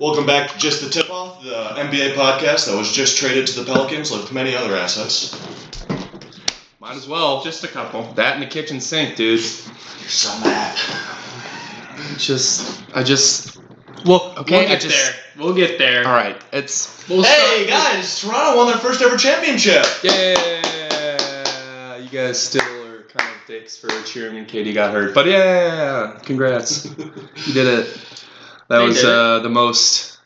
Welcome back to Just the Tip Off, the NBA podcast that was just traded to the Pelicans, like many other assets. Might as well. Just a couple. That in the kitchen sink, You're dude. so mad. Just, I just. Well, okay, we'll I get just. there. We'll get there. All right, it's. We'll Hey start- guys, Toronto won their first ever championship. Yeah, you guys still are kind of dicks for cheering when Katie got hurt, but yeah, congrats, you did it. That They was did it. uh, the most.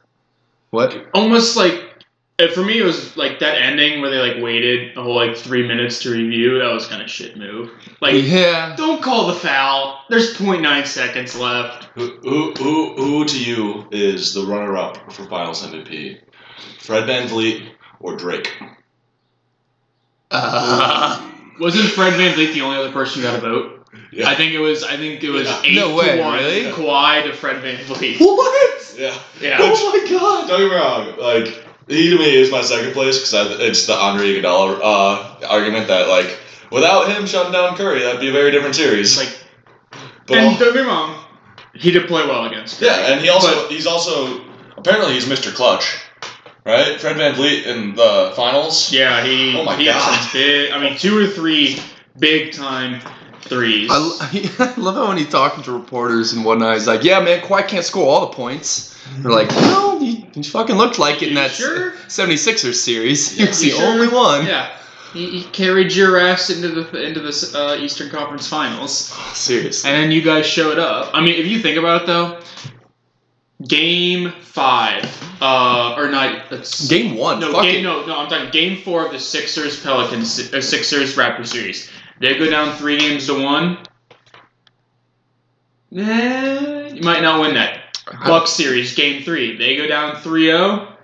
What? Almost like uh, for me, it was like that ending where they like waited a whole like three minutes to review. That was kind of shit move. Like, yeah. don't call the foul. There's 0.9 seconds left. Who, who, who, who to you is the runner-up for Finals MVP? Fred VanVleet or Drake? Uh, Wasn't Fred VanVleet the only other person who got a vote? Yeah. I think it was. I think it was Yeah. eight No way, to one. really? Kawhi to Fred VanVleet. What? Yeah. Yeah. Oh my god! Don't get me wrong. Like he to me is my second place because it's the Andre Iguodala uh, argument that like without him shutting down Curry, that'd be a very different series. Like, but and don't get me wrong, he did play well against. yeah, and he also he's also apparently he's Mr. Clutch, right? Fred Van Vliet in the finals. Yeah, he Oh my he had God. some big. I mean, two or three big time threes. I, l- I love how when he's talking to reporters and whatnot, he's like, "Yeah, man, Kawhi can't score all the points." They're like, "No, you, you fucking looked like it in You that sure? 76ers series. He Yeah. was You the sure? only one." yeah, he, he carried your ass into the into the uh, Eastern Conference Finals, Seriously. and then you guys showed up. I mean, if you think about it though, Game Five, uh, or not? That's, Game one. no, fuck game, it. no, no. I'm talking Game Four of the Sixers Pelicans uh, Sixers Raptor series. They go down three games to one. Eh, you might not win that. Bucks series game three. They go down 3-0.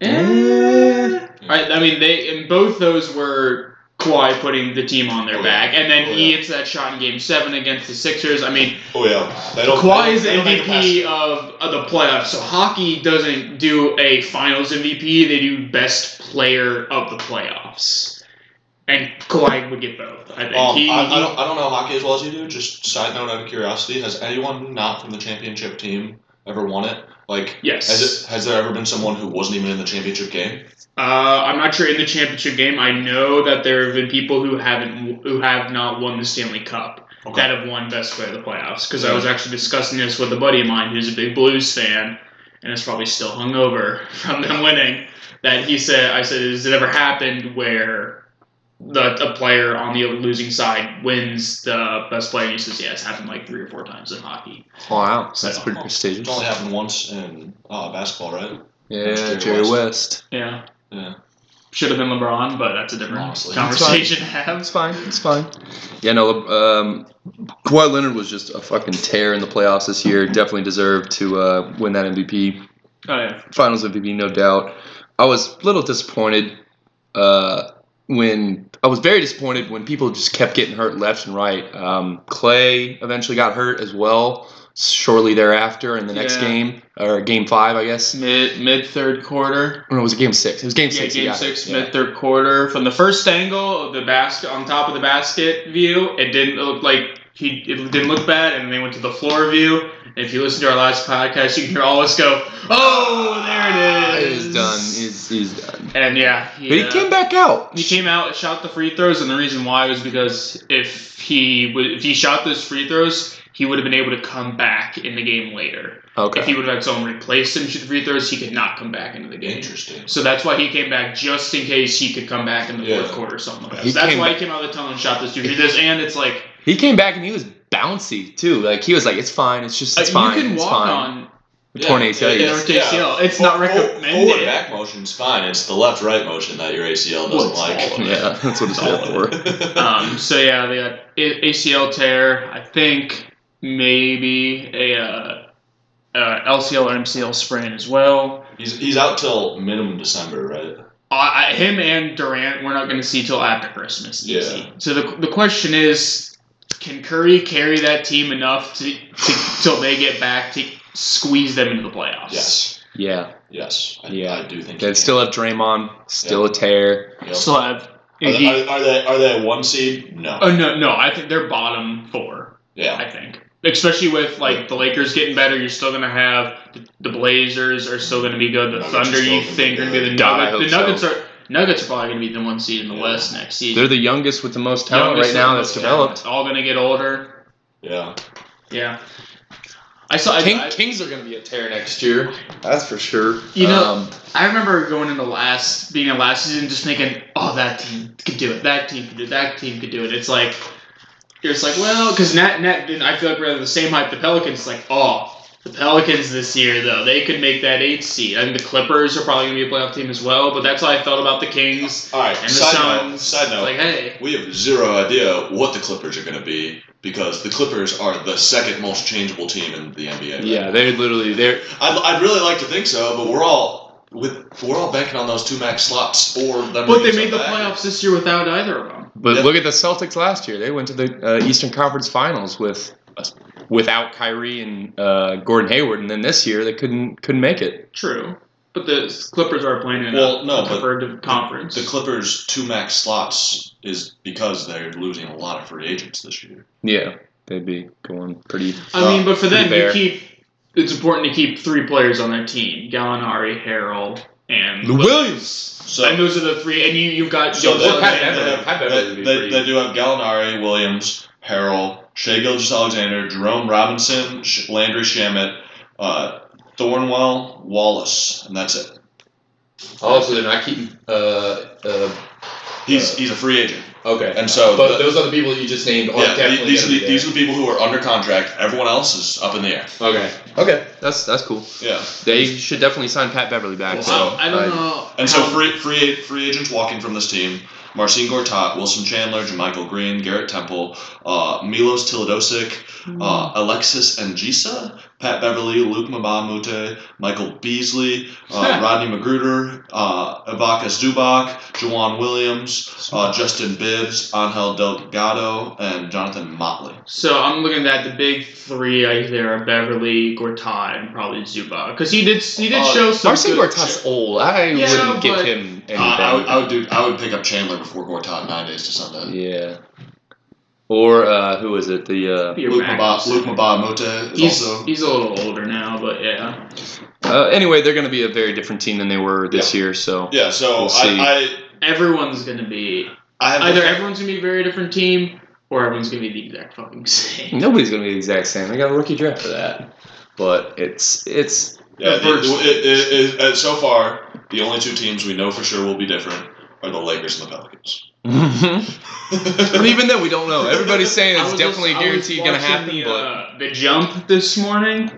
Eh. I, I mean, they and both those were Kawhi putting the team on Oh, their yeah. back, and then Oh, he yeah. hits that shot in game seven against the Sixers. I mean, Oh yeah, they don't. Kawhi is they the don't make a pass. MVP of, of the playoffs, so hockey doesn't do a Finals MVP. They do best player of the playoffs, and Kawhi would get both. I think Um, he, I, I, he- don't, I don't know hockey as well as you do. Just side note out of curiosity, has anyone not from the championship team ever won it? Like, Yes. has it, has there ever been someone who wasn't even in the championship game? Uh, I'm not sure in the championship game. I know that there have been people who haven't, who have not won the Stanley Cup Okay. that have won Best Player of the Playoffs. Because I was actually discussing this with a buddy of mine who's a big Blues fan, and is probably still hungover from them winning. That he said, I said, has it ever happened where the a player on the losing side wins the Best Player? And he says, yeah, it's happened like three or four times in hockey. Oh, Wow, so that's So- pretty prestigious. It's only happened once in uh, basketball, right? Yeah, Jerry Jerry West. West. Yeah. Yeah. Should have been LeBron, but that's a different Honestly. conversation to have. It's fine. It's fine. Yeah, no. Um, Kawhi Leonard was just a fucking tear in the playoffs this year. Definitely deserved to uh, win that MVP. Oh yeah. Finals MVP, no doubt. I was a little disappointed uh, when I was very disappointed when people just kept getting hurt left and right. Um, Clay eventually got hurt as well shortly thereafter in the next Yeah. game or game five, I guess. mid mid third quarter. Or no, it was it game six? It was game Yeah, six. he game got hurt. six, Yeah. mid third quarter. From the first angle of the basket on top of the basket view, it didn't look like he it didn't look bad, and they went to the floor view. And if you listen to our last podcast, you can hear all of us go, "Oh, there it It is." is done. Ah, He's, he's done. And yeah, he, But he uh, came back out. He came out, shot the free throws, and the reason why was because if he would, if he shot those free throws, he would have been able to come back in the game later. Okay. If he would have had someone replace him shoot the free throws, he could not come back into the game. Interesting. So that's why he came back just in case he could come back in the Yeah. fourth quarter or something like that. He So that's came why back- he came out of the tunnel and shot those two free throws. And it's like He came back and he was bouncy too. Like he was like, "It's fine. It's just uh, it's fine. you can it's walk fine." on Yeah, Torn it- ACL, an ACL. It's not Fo- fo- Forward recommended. back motion's fine. It's the left right motion that your ACL doesn't What's like. all Yeah, that's what it's all for. Um, so yeah, they got A- ACL tear. I think maybe a uh, uh, LCL or MCL sprain as well. he's, he's out till minimum December, right? I, I, him and Durant, we're not going to see till after Christmas. Yeah. Easy. So the, the question is, can Curry carry that team enough to, to till they get back to squeeze them into the playoffs? Yes. Yeah, Yes. I, Yeah. I do think he they can. still have Draymond, still a tear. Yep. Still have. Are they, are, are they are they a one seed? No. oh no, no. I think they're bottom four. yeah. I think. Especially with like the Lakers getting better, you're still gonna have the, the Blazers are still gonna be good. The Nuggets are Thunder, still you gonna think be are gonna be the good. God, I Nuggets. The hope Nuggets so. are Nuggets are probably gonna be the one seed in the Yeah. West next season. They're the youngest with the most talent Youngest right now of that's the- developed. All gonna get older. Yeah. Yeah. I saw. I, King, I- Kings are going to be a tear next year. That's for sure. You know- Um, I remember going into last being in last season just thinking, oh, that team could do it. That team could do it. That team could do it. It's like you're just like, well, because Nat Nat didn't. I feel like rather the same hype. The Pelicans, like, oh, the Pelicans this year though, they could make that eight seed. I think the Clippers are probably gonna be a playoff team as well. But that's how I felt about the Kings All right. and the Side note. Suns. Side note. Like, hey, we have zero idea what the Clippers are going to be because the Clippers are the second most changeable team in the NBA. right yeah, they're literally they're I'd, I'd really like to think so, but we're all with we're all banking on those two max slots or them. but they to made the come back. playoffs this year without either of them. But Yeah. look at the Celtics last year. They went to the uh, Eastern Conference Finals with without Kyrie and uh, Gordon Hayward, and then this year they couldn't couldn't make it. True. But the Clippers are playing in Well, no, a but tougher conference. The Clippers two max slots is because they're losing a lot of free agents this year. Yeah, they'd be going pretty. I mean, but for pretty them, you fair. keep. It's important to keep three players on their team: Gallinari, Harrell, and Lou Williams. So And those are the three. And you, you've got. So Joe they, Pat they, Beverly- they have- Pat Beverly would they, be they- pretty- they do have Gallinari, Williams, Harrell, Shea Gilgis Alexander, Jerome Robinson, Sh- Landry Shamit, uh, Thornwell, Wallace, and that's it. Also, they're not keeping. Uh, uh, He's Uh, he's a free agent, okay. and so but the- those other people that you just named are yeah, the- definitely these are gonna the, be these are the people who are under contract. Everyone else is up in the air. there. Okay. Okay, that's that's cool. Yeah, They should definitely sign Pat Beverly back. Well, so I, I don't uh, know. and so how- free free free agents walking from this team: Marcin Gortat, Wilson Chandler, Jermichael Green, Garrett Temple, uh, Milos Tilodosic, Hmm. uh, Alexis Angisa, Pat Beverly, Luke Mbamute, Michael Beasley, uh, Rodney Magruder, uh, Ibaka Zubak, Jawan Williams, uh, Justin Bibbs, Angel Delgado, and Jonathan Motley. so I'm looking at the big three. I there are Beverly, Gortat, and probably Zuba. Because he did. He did Uh, show some. Marcin good- Gortat's old. I Yeah, wouldn't give but- him anything. Uh, I, would, I would do. I would pick up Chandler before Gortat nine days to Sunday. yeah. Or uh, who is it? The Be a Luke, Mba, max. Luke Mbamute is He's, also. he's a little older now, but yeah. uh, uh, anyway, they're going to be a very different team than they were this year. So Yeah, so We'll see. I, Everyone's going to be. I I have Either the- everyone's going to be a very different team, or everyone's going to be the exact fucking same. nobody's going to be the exact same. They got a rookie draft for that, but it's it's Yeah, the, First. it, it, it, and so far, the only two teams we know for sure will be different are the Lakers and the Pelicans. but even then, we don't know. Everybody's saying I it's was definitely just- I was guaranteed going to watching happen, The, but uh, the jump this morning,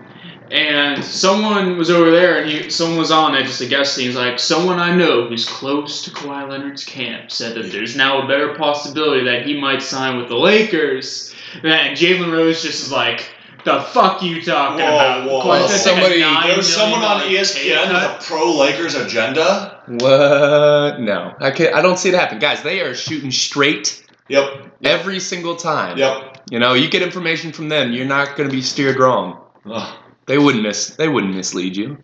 and someone was over there, and he, someone was on it, just a guest, and he's like, "Someone I know who's close to Kawhi Leonard's camp said that there's now a better possibility that he might sign with the Lakers." And Jalen Rose just is like. The fuck you talking Whoa, about? whoa, Kawhi whoa. said Somebody- they had nine there was someone on E million dollar pay ESPN cut. with a pro Lakers agenda. uh, what? No, I can I don't see it happen, guys. They are shooting straight Yep, every single time. yep. You know, you get information from them, you're not going to be steered wrong. Ugh. They wouldn't miss. They wouldn't mislead you.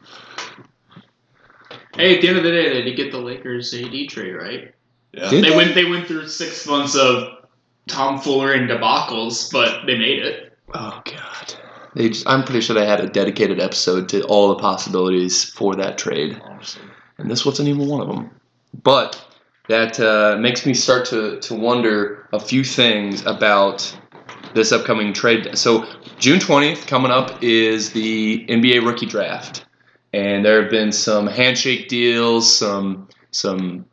Hey, at the end of the day, they did get the Lakers AD trade right. Yeah. Did- They went. They went through six months of tomfoolery and debacles, but they made it. Oh God. They just, I'm pretty sure they had a dedicated episode to all the possibilities for that trade. Honestly. and this wasn't even one of them. But that uh, makes me start to, to wonder a few things about this upcoming trade. So June twentieth coming up is the NBA rookie draft, and there have been some handshake deals, some some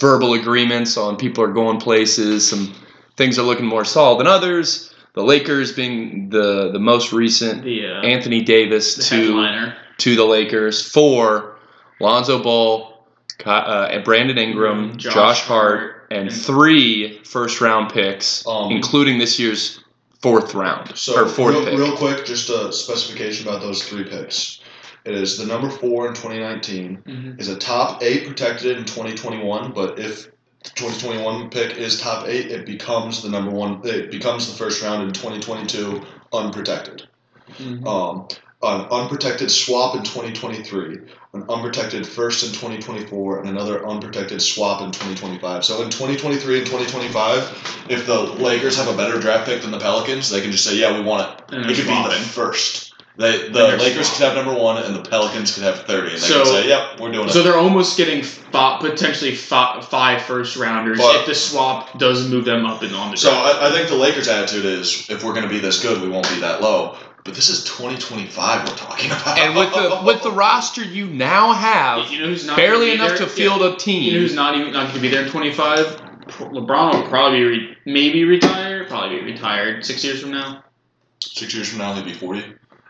verbal agreements on people are going places. Some things are looking more solid than others. The Lakers being the the most recent. The, uh, Anthony Davis the to headliner. to the Lakers for Lonzo Ball, Ki- uh, Brandon Ingram, Josh Josh, Hart, and and- three first round picks, Um, including this year's fourth round So, or fourth real, pick. real quick, just a specification about those three picks. It is the number four in 2019 Mhm. is a top eight protected in 2021, but if the 2021 pick is top eight, it becomes the Mm-hmm. number one. It becomes the first round in 2022 unprotected. Um, an unprotected swap in 2023, an unprotected first in 2024, and another unprotected swap in 2025. So in 2023 and 2025, if the Lakers have a better draft pick than the Pelicans, they can just say, "Yeah, we want it." And It they're could be the swapping. first. They, the They're Lakers could swapping. have number one, and the Pelicans could have 30, and they So- can say, "Yep, we're doing So it." they're almost getting fi- potentially fi- five first rounders But- if the swap does move them up and on the So draft. I, I think the Lakers' attitude is, if we're going to be this good, we won't be that low. But this is 2025 we're talking about. And with the with the roster you now have, you know who's not uh, barely gonna be enough to there? field a Yeah. You know team. who's not even not going to be there in twenty five? LeBron will probably re- maybe retire, probably be retired six years from now. six years from now, he'd be 40.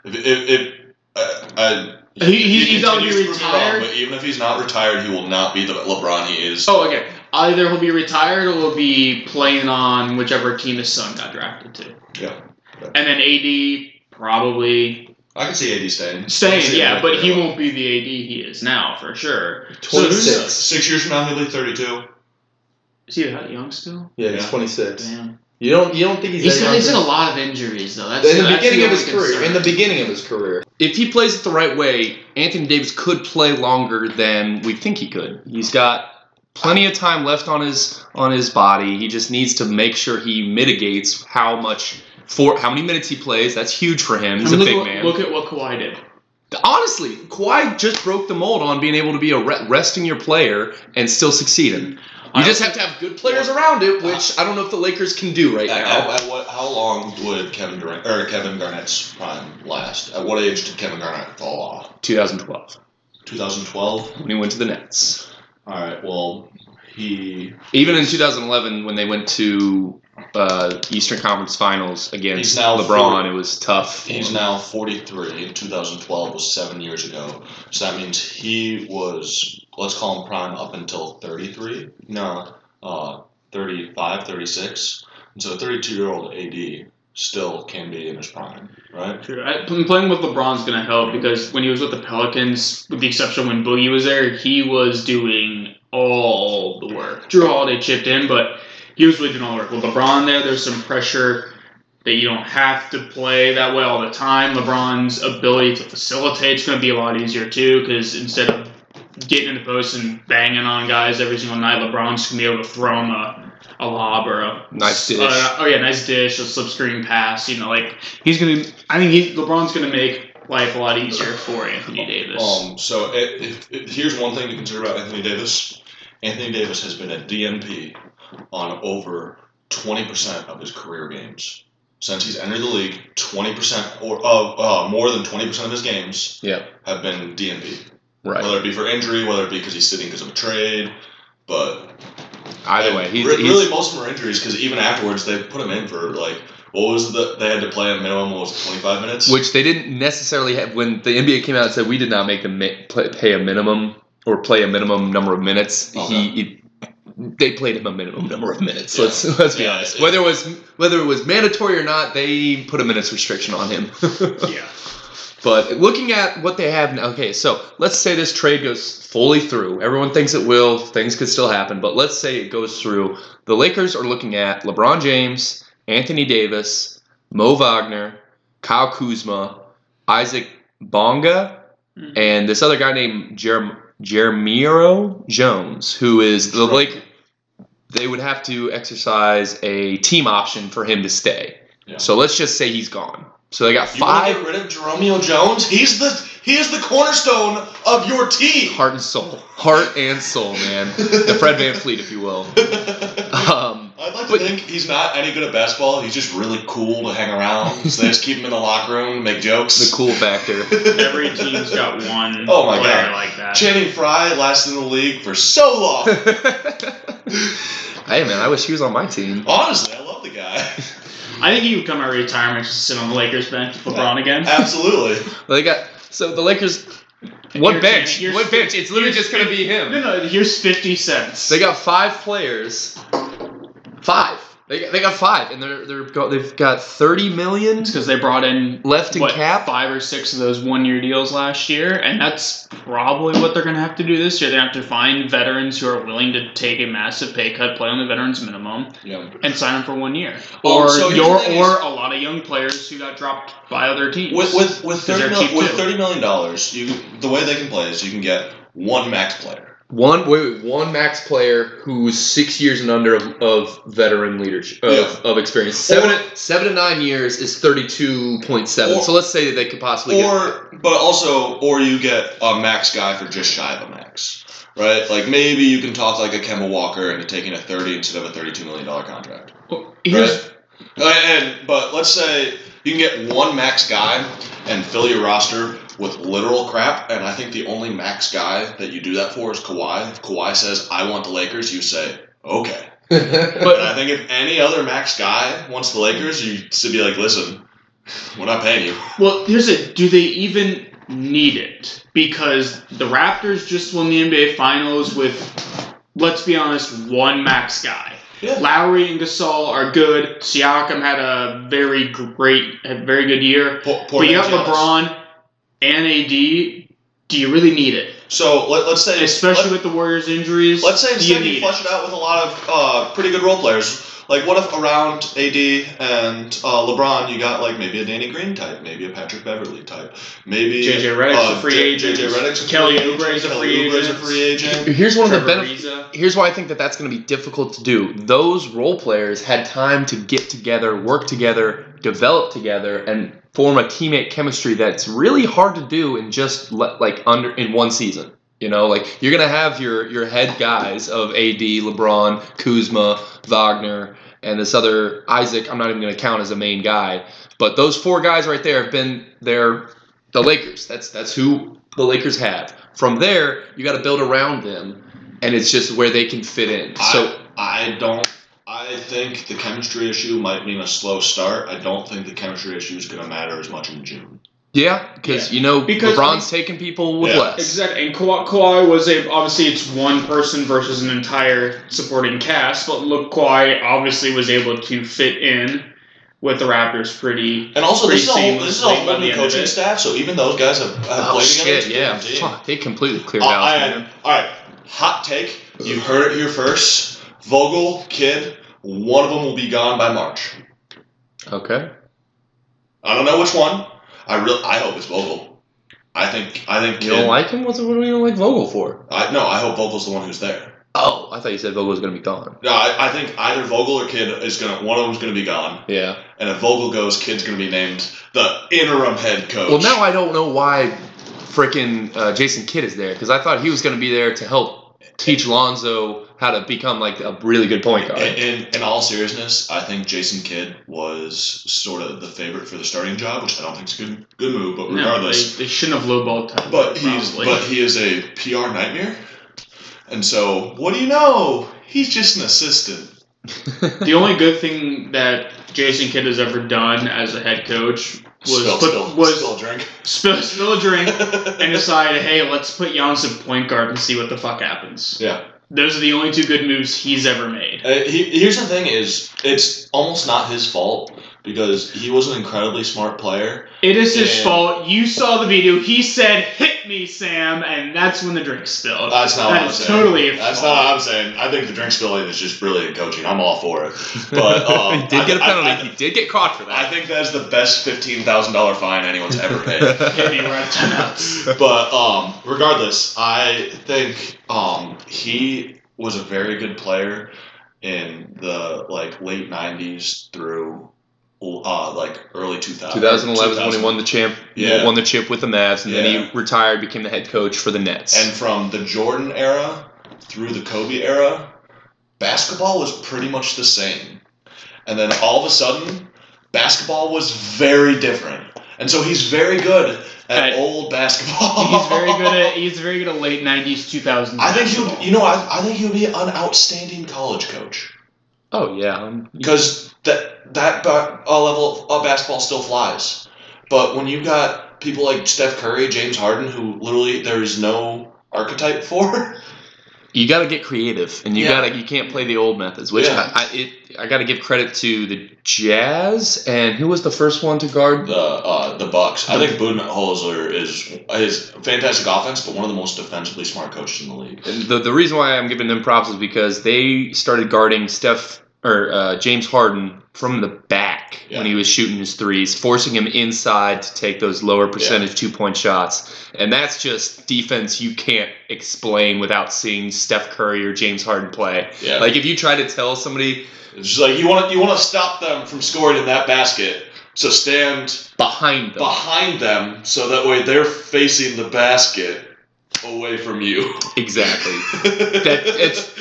If if, if uh, I, He- he's- he's already continues to prove me wrong, retired. but even if he's not retired, he will not be the LeBron he is. Oh, okay. Either he'll be retired or he'll be playing on whichever team his son got drafted to. Yeah. And then AD probably I can see AD staying. I can staying, see yeah, him but he there. won't be the AD he is now for sure. So Twenty who's- six. Six years from now, he'll be 32. Is he that young still? Yeah, he's Yeah. twenty six. Damn. You don't you don't think he's, He's, that young he's for- in a lot of injuries though. That's in the that's beginning of only his career. In the concern. beginning of his career. If he plays it the right way, Anthony Davis could play longer than we think he could. He's got plenty of time left on his on his body. He just needs to make sure he mitigates how much for how many minutes he plays. That's huge for him. He's I mean, a look, big what- man. Look at what Kawhi did. Honestly, Kawhi just broke the mold on being able to be a re- resting your player and still succeeding. You I just have to have good players around it, which I don't know if the Lakers can do right At, now. at, at what, how long would Kevin Durant or Kevin Garnett's prime last? At what age did Kevin Garnett fall off? 2012, 2012. when he went to the Nets. All right. Well, he Even in 2011, when they went to uh, Eastern Conference Finals against He's now LeBron, four- it was tough. he's now 43. 2012 was seven years ago, so that means he was let's call him prime up until 33. No, uh, 35, 36. And so, 32 year old AD still can be in his prime, right? True. I, pl- playing with LeBron's going to help because when he was with the Pelicans, with the exception of when Boogie was there, he was doing all the work. Drew Holiday chipped in, but he was really doing all the work. With LeBron there, there's some pressure that you don't have to play that way all the time. LeBron's ability to facilitate is going to be a lot easier too because instead of getting in the post and banging on guys every single night, LeBron's going to be able to throw him a, a lob or a Nice dish. uh, oh yeah, nice dish, a slip screen pass. You know, like he's gonna. I think he's, LeBron's gonna make life a lot easier for Anthony Davis. Um, so it, it, it- here's one thing to consider about Anthony Davis. Anthony Davis has been a DNP on over 20% of his career games. Since he's entered the league, 20% or uh, uh, more than 20% of his games Yeah. have been DNP. right. Whether it be for injury, whether it be because he's sitting because of a trade. But Either way, he's, re- he's really most of them are injuries because even afterwards they put him in for like what was the they had to play a minimum what was it, 25 minutes. which they didn't necessarily have when the NBA came out and said we did not make them ma- play, pay a minimum or play a minimum number of minutes. Okay. He, it- they played him a minimum number of minutes. Yeah. Let's let's be Yeah, honest. it- Whether it was whether it was mandatory or not, they put a minutes restriction on him. yeah, but looking at what they have now, okay, so let's say this trade goes fully through. Everyone thinks it will. Things could still happen, but let's say it goes through. The Lakers are looking at LeBron James, Anthony Davis, Mo Wagner, Kyle Kuzma, Isaac Bonga, Hmm. Mhm. and this other guy named Jerem Jeremiro Jones, who is the Sure. Lake. They would have to exercise a team option for him to stay. Yeah. So let's just say he's gone. So they got You want to five get rid of Jeromeo Jones? He's the he is the cornerstone of your team. heart and soul, heart and soul, man. The Fred Van Fleet, if you will. I'd Um, like to But- think he's not any good at basketball. He's just really cool to hang around. So they just keep him in the locker room, make the jokes. cool factor. every team's got one Oh my player God. like that. Channing Frye lasted in the league for so long. hey, man, I wish he was on my team. Honestly, I love the guy. I think he would come out of retirement just sit on the Lakers bench with LeBron again. Absolutely. They got so the Lakers. And What here's- bench? here's- What bench? It's literally here's just gonna be fif- him. No, no. Here's fifty cents. They got five players. Five They got, they got five, and they're they're go, they've got thirty million It's because they brought in left in what, cap. five or six of those one year deals last year, and that's probably what they're going to have to do this year. They have to find veterans who are willing to take a massive pay cut, play on the veterans minimum, Yeah. and sign them for one year, Well, or Oh, so here's your, the thing or a lot of young players who got dropped by other teams. With with with Because thirty they're mil, cheap with too. thirty million dollars, you can- the way they can play is you can get one max player. One wait, wait, one max player who's six years and under of, of veteran leadership of, Yeah. of experience. Seven seven to nine years is thirty two point seven. Or- So let's say that they could possibly get Or but also or you get a max guy for just shy of a max. Right? Like maybe you can talk like a Kemba Walker into taking a thirty instead of a thirty two million dollar contract. Here's Right? And but let's say you can get one max guy and fill your roster with literal crap, and I think the only max guy that you do that for is Kawhi. If Kawhi says, I want the Lakers, you say, Okay. But I think if any other max guy wants the Lakers, you should be like, listen, we're not paying you. Well, here's it. Do they even need it? Because the Raptors just won the NBA Finals with, let's be honest, one max guy. Yeah. Lowry and Gasol are good. Siakam had a very great, a very good year. Poor, poor but you man's got Giannis. LeBron and AD. Do you really need it? So let, let's say, Especially with the Warriors' injuries. let, us say do instead you, need flush it out with a lot of uh, pretty good role players. Like, what if around AD and uh, LeBron, you got like maybe a Danny Green type, maybe a Patrick Beverly type, maybe JJ Redick's uh, a free J- agent. JJ Redick's a Kelly free Oubre agent. is a Kelly free Oubre is a agent. free agent. Here's one of the Trevor benefits. Ariza. Here's why I think that that's going to be difficult to do. Those role players had time to get together, work together, develop together, and form a teammate chemistry that's really hard to do in just le- like under in one season. You know, like you're going to have your your head guys of AD, LeBron, Kuzma, Wagner, and this other Isaac. I'm not even going to count as a main guy, but those four guys right there have been there the Lakers. That's that's who the Lakers have. From there, you got to build around them, and it's just where they can fit in. So I, I don't. I think the chemistry issue might mean a slow start. I don't think the chemistry issue is going to matter as much in June. yeah, because you know Because- LeBron's taking people with Yeah. less. Exactly, and Kawhi, Kawhi was a obviously it's one person versus an entire supporting cast, but look, Kawhi obviously was able to fit in with the Raptors pretty. And also, this is, a Pretty whole, this is a seamless whole by the new end of coaching it. staff, so even those guys have, have Oh played together. shit! it's a Yeah, good team. fuck, they completely cleared Uh, out. I- all right, hot take. You heard it here first. Vogel, Kid, one of them will be gone by March. okay, I don't know which one. I real. I hope it's Vogel. I think. I think. you don't Kidd, like him? What's what do you don't like Vogel for? I, no, I hope Vogel's the one who's there. Oh, I thought you said Vogel was gonna be gone. No, I, I think either Vogel or Kid is gonna. One of them's gonna be gone. Yeah. And if Vogel goes, Kid's going to be named the interim head coach. Well, now I don't know why freaking uh, Jason Kidd is there because I thought he was gonna be there to help teach Lonzo how to become like a really good point guard. in, in, in all seriousness, I think Jason Kidd was sort of the favorite for the starting job, which I don't think is a good, good move, but regardless. they, they shouldn't have lowballed time. but, he's, but he is a PR nightmare. And so, what do you know? He's just an assistant. the only good thing that Jason Kidd has ever done as a head coach was spill, put spill, was spill drink. spill, spill a drink and decide, hey, let's put Giannis at point guard and see what the fuck happens. Yeah. Those are the only two good moves he's ever made. Uh, he, here's the thing: is it's almost not his fault because he was an incredibly smart player, It is his Yeah. fault. You saw the video. He said, "Hit me, Sam," and that's when the drink spilled. That's not That what I'm is saying. totally a That's fault. not what I'm saying. I think the drink spilling is just brilliant coaching. I'm all for it. But, um, he did get a I- I- penalty. I- he did get caught for I that. think that's the best fifteen thousand dollar fine anyone's ever paid. Hit me, we're out of timeouts. but um, regardless, I think um, he was a very good player in the like late '90s through uh, like early 2000, 2011 is when he won the champ, Yeah. won the chip with the Mavs, and then Yeah. he retired, became the head coach for the Nets. And from the Jordan era through the Kobe era, basketball was pretty much the same. And then all of a sudden, basketball was very different. And so he's very good at At- old basketball. He's very good at he's very good at late '90s, 2000s. I think basketball. he'll. You know, I, I think he'll be an outstanding college coach oh yeah, um, because that that ba- uh, level of basketball still flies. But when you've got people like Steph Curry, James Harden, who literally there is no archetype for, you got to get creative, and you Yeah. gotta you can't play the old methods. Which Yeah. I, I it, I got to give credit to the Jazz, and who was the first one to guard? The uh, the Bucks. I think Budenholzer is is fantastic offense, but one of the most defensively smart coaches in the league. The the reason why I'm giving them props is because they started guarding Steph or uh, James Harden from the back Yeah. when he was shooting his threes, forcing him inside to take those lower percentage two point shots, and that's just defense you can't explain without seeing Steph Curry or James Harden play. Yeah, Like if you try to tell somebody it's just like you want to you want to stop them from scoring in that basket. So stand behind them, behind them, so that way they're facing the basket away from you. exactly. that it's-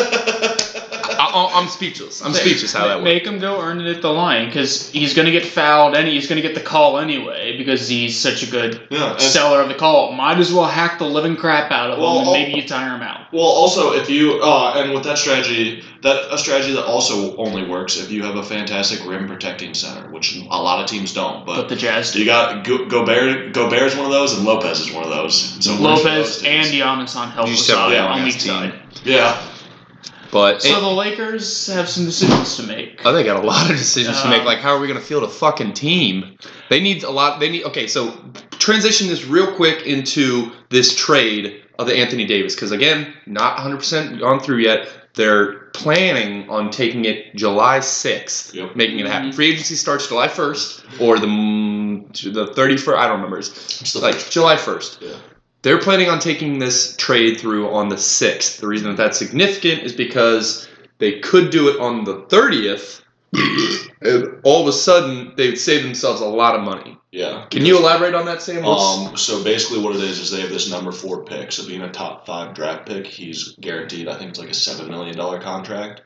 I, I- I'm speechless. I'm speechless how that works. Make him go earn it at the line because he's going to get fouled and he's going to get the call anyway because he's such a good yeah, and- seller of the call. Might as well hack the living crap out of Well, oh. him I'll- and maybe you tire him out. Well, also if you uh, and with that strategy, that a strategy that also only works if you have a fantastic rim protecting center, which a lot of teams don't. But But the Jazz do. you got Go- Gobert. Gobert is one of those, and Lopez is one of those. So we're Lopez those and teams. Giannis on help You just side separate them on as weak team. side. yeah, But So the Lakers have some decisions to make. oh, they got a lot of decisions to make. Um, Like, how are we going to field a fucking team? They need a lot. They need okay. So transition this real quick into this trade of the Anthony Davis because again, not 100 percent gone through yet. They're planning on taking it July 6th, Yep. making it happen. Free agency starts July 1st or the mm, to the 31st. I don't remember. It's It's the like July 1st. Yeah. They're planning on taking this trade through on the 6th. The reason that that's significant is because they could do it on the 30th, and all of a sudden, they would save themselves a lot of money. yeah. Can you elaborate on that, Sam? What's- Um, so basically, what it is is they have this number four pick. So being a top five draft pick, he's guaranteed. I think it's like a seven million dollar contract,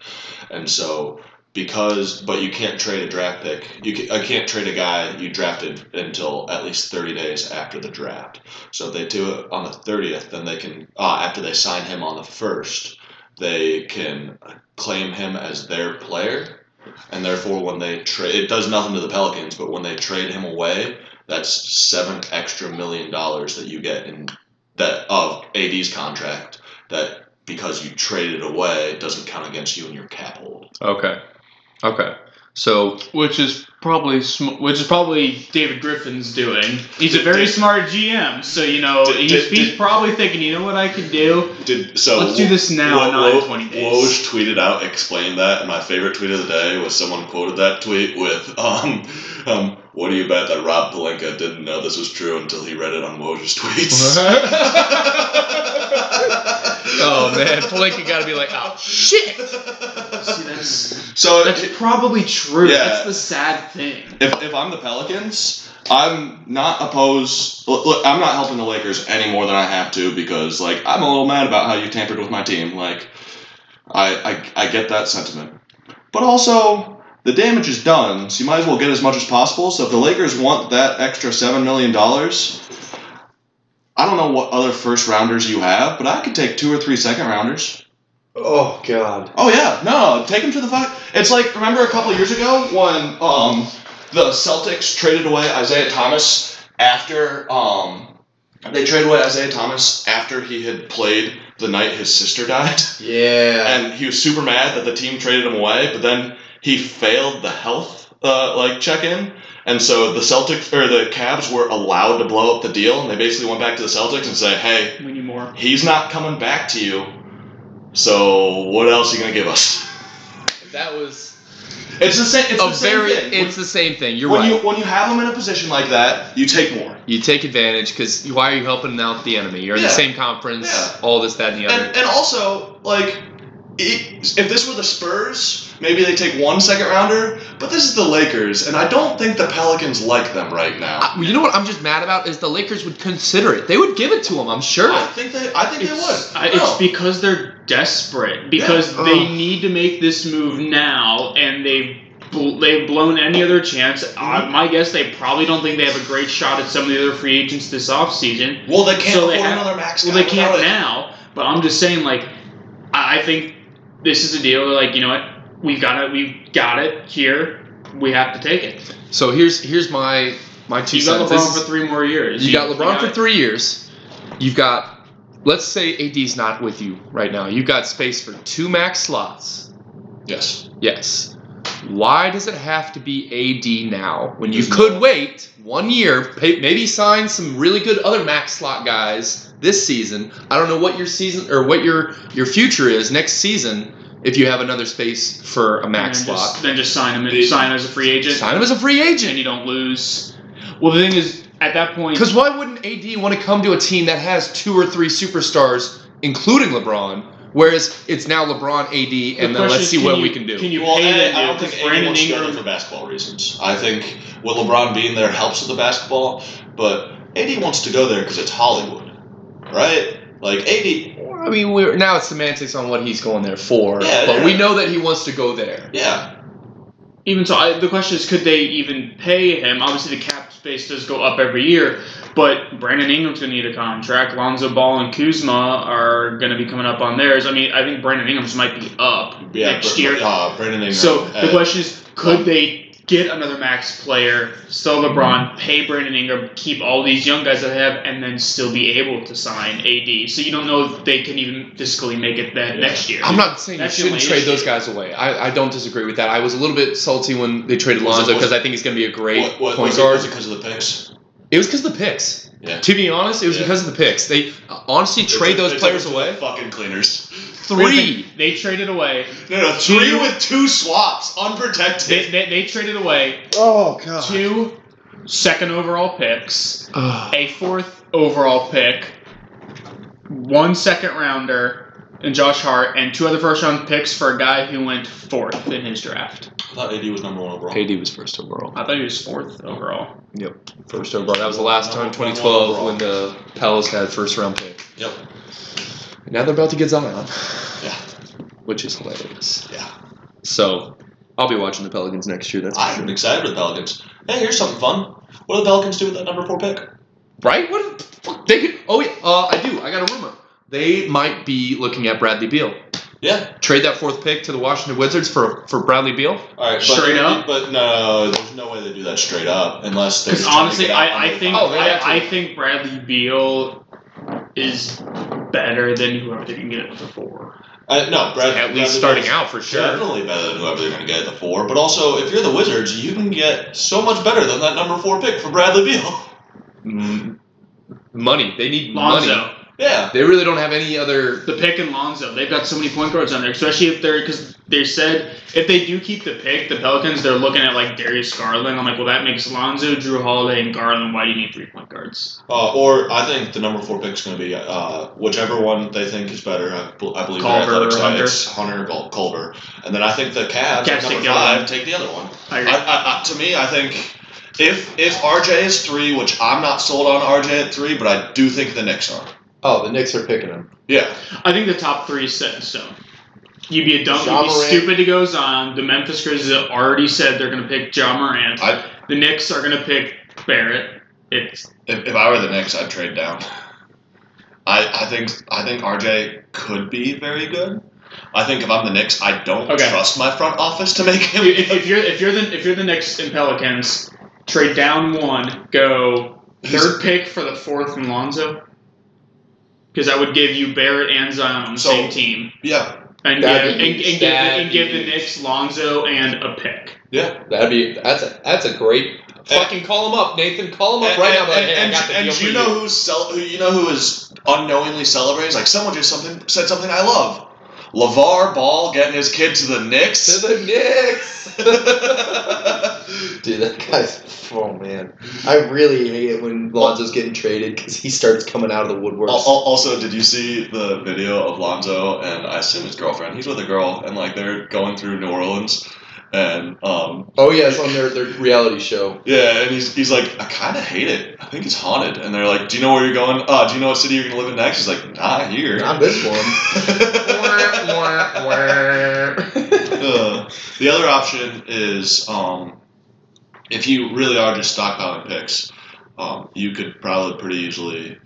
and so because but you can't trade a draft pick. You can, I can't trade a guy you drafted until at least thirty days after the draft. So if they do it on the thirtieth, then they can uh, after they sign him on the first, they can claim him as their player. And therefore, when they trade, it does nothing to the Pelicans. But when they trade him away, that's seven extra million dollars that you get in that of AD's contract that because you traded away doesn't count against you in your cap hold. okay. Okay. So, which is probably sm- which is probably David Griffin's doing. He's a very Did- smart GM, so you know Did- he's, did- he's did- probably thinking, you know what I can do? Did so? Let's do this now, Wo- not in Wo- 20 days. Woj tweeted out, explained that, and my favorite tweet of the day was someone quoted that tweet with, um, um, "What do you bet that Rob Palenka didn't know this was true until he read it on Woj's tweets?" oh oh man, Palenka got to be like, oh shit. See, that's So that's probably true. Yeah. That's the sad thing. If, if I'm the Pelicans, I'm not opposed. Look, look, I'm not helping the Lakers any more than I have to because, like, I'm a little mad about how you tampered with my team. Like, I, I, I get that sentiment. But also, the damage is done, so you might as well get as much as possible. So if the Lakers want that extra $7 million, I don't know what other first rounders you have, but I could take two or three second rounders. Oh God. Oh yeah, no, take him to the fuck. It's like remember a couple years ago when um the Celtics traded away Isaiah Thomas after um they traded away Isaiah Thomas after he had played the night his sister died, Yeah. and he was super mad that the team traded him away. But then he failed the health uh, like check in. And so the Celtics or the Cavs were allowed to blow up the deal, and they basically went back to the Celtics and say, "Hey, We need more. he's not coming back to you, so what else are you gonna give us?" That was It's the same. It's a the same very. thing. It's the same thing. You're when right. you when you have them in a position like that, you take more. You take advantage because why are you helping out the enemy? You're in Yeah. the same conference, Yeah. all this, that, and the other. And and also like, it, if this were the Spurs, maybe they take one second rounder. But this is the Lakers, and I don't think the Pelicans like them right now. I- you know what I'm just mad about is the Lakers would consider it. They would give it to him, I'm sure. I think they. I think Uh, It's, they I, would. it's No. because they're desperate because Yeah. they Ugh. need to make this move now, and they bl- they've blown any other chance. Uh, my guess they probably don't think they have a great shot at some of the other free agents this offseason. well, they can't so afford they have- another max. Well, guy they can't without it. now, but I'm just saying, like, I I think this is a deal. Like, you know what? We've got it. We've got it here. We have to take it. So here's here's my my two You got cents. LeBron This for three more years. is- you got LeBron got- for three years. You've got let's say AD's not with you right now. You've got space for two max slots. Yes. Yes. Why does it have to be AD now when you There's no- could wait one year, pay, maybe sign some really good other max slot guys this season? I don't know what your season or what your your future is next season if you have another space for a max then slot. Just, then just sign him and They- sign him as a free agent, Sign him as a free and agent. you don't lose. Well, the thing is, at that point, Because why wouldn't AD want to come to a team that has two or three superstars, including LeBron? Whereas it's now LeBron, AD, and the then question let's is, see what you- we can do. Can you well, pay and them? I, I dude? don't think 'Cause anyone's struggling Ingram- for basketball reasons. I think with LeBron being there helps with the basketball, but AD wants to go there because it's Hollywood, right? Like AD, I mean, we're now it's semantics on what he's going there for, Yeah, but yeah. we know that he wants to go there. yeah, even so, I, the question is, could they even pay him? Obviously, the cap space does go up every year, but Brandon Ingram's going to need a contract. Lonzo Ball and Kuzma are going to be coming up on theirs. I mean, I think Brandon Ingram's might be up yeah. next Br- year. uh, Brandon Ingram. So and- the question is, could they get another max player, sell Mm-hmm. LeBron, pay Brandon Ingram, keep all these young guys that they have, and then still be able to sign AD? So you don't know if they can even fiscally make it that Yeah. next year. I'm not saying you That's the shouldn't only trade issue. those guys away. I, I don't disagree with that. I was a little bit salty when they traded Was it- Lonzo was- because I think he's going to be a great what, what, point was it- guard. was it because of the picks? It was because of the picks. Yeah. To be honest, it was Yeah. because of the picks. They uh, honestly They took- trade those they took players it to the away. Fucking cleaners. Three. They traded away. No, no, three with two swaps, unprotected. They, they, they traded away Oh god. two second overall picks, a fourth overall pick, one second rounder, and Josh Hart, and two other first round picks for a guy who went fourth in his draft. I thought AD was number one overall. AD was first overall. I thought he was fourth overall. Yep. First overall. That was the last time, Number one 2012, overall. when the Pelicans had first round pick. Yep. Now they're about to get Zion, Yeah. which is hilarious. Yeah. So, I'll be watching the Pelicans next year. That's for I'm sure. excited for the Pelicans. Hey, here's something fun. What do the Pelicans do with that number four pick? right. What the fuck? They could. Oh yeah. Uh, I do. I got a rumor. They might be looking at Bradley Beal. Yeah. Trade that fourth pick to the Washington Wizards for for Bradley Beal. All right. But, Straight up? But no, there's no way they do that straight up unless they're. Because just trying to honestly, get out I, I under think Oh, the- they have to. I, I think Bradley Beal is better than whoever they can get at the four. Uh, no, Brad, At least Bradley starting Beal's out for sure. Definitely better than whoever they're going to get at the four. But also, if you're the Wizards, you can get so much better than that number four pick for Bradley Beal. Mm, Money. They need Lonzo, money. yeah. They really don't have any other. the pick and Lonzo, they've got so many point guards on there, especially if they're because they said if they do keep the pick, the Pelicans they're looking at like Darius Garland. I'm like, well, that makes Lonzo, Drew Holiday, and Garland. Why do you need three point guards? Uh, or I think the number four pick's going to be uh, whichever one they think is better. I, bel- I believe in Culver or athletics, Hunter? it's Hunter or Cul- Culver, and then I think the Cavs, Cavs at number take the other five one. take the other one. I I, I, I, to me, I think if if RJ is three, which I'm not sold on RJ at three, but I do think the Knicks are. Oh, the Knicks are picking him. Yeah, I think the top three is set in stone. You'd be a dumb, Ja you'd be Morant. stupid to go Zion. The Memphis Grizzlies have already said they're going to pick John Morant. I- the Knicks are going to pick Barrett. It's if, if I were the Knicks, I'd trade down. I, I think I think RJ could be very good. I think if I'm the Knicks, I don't Okay. trust my front office to make him. if, if you're if you're the if you're the Knicks and Pelicans, trade down one, go third pick for the fourth and Lonzo. Because that would give you Barrett and Zion on the So- same team, yeah, and give, That'd and, be and, huge. give the, That'd and be give the huge. Knicks Lonzo and a pick. That'd be that's a that's a great fucking call him up, Nathan. Call him up right now. and, Like, hey, and- I got the and deal for you know who's cel- who you know who is unknowingly celebrates? Like someone just something said something I love. LeVar Ball getting his kid to the to Knicks. the Knicks. Dude, that guy's oh man, I really hate it when Lonzo's getting traded because he starts coming out of the woodwork. Oh, Al- al- Also, did you see the video of Lonzo and I assume his girlfriend? He's with a girl, and like they're going through New Orleans, and um, Oh yeah, it's on their, their reality show. yeah, and he's he's like, I kind of hate it. I think it's haunted. And they're like, Do you know where you're going? Uh, do you know what city you're gonna live in next? He's like, Not here. Not this one. Uh, the other option is um, if you really are just stockpiling picks, um, you could probably pretty easily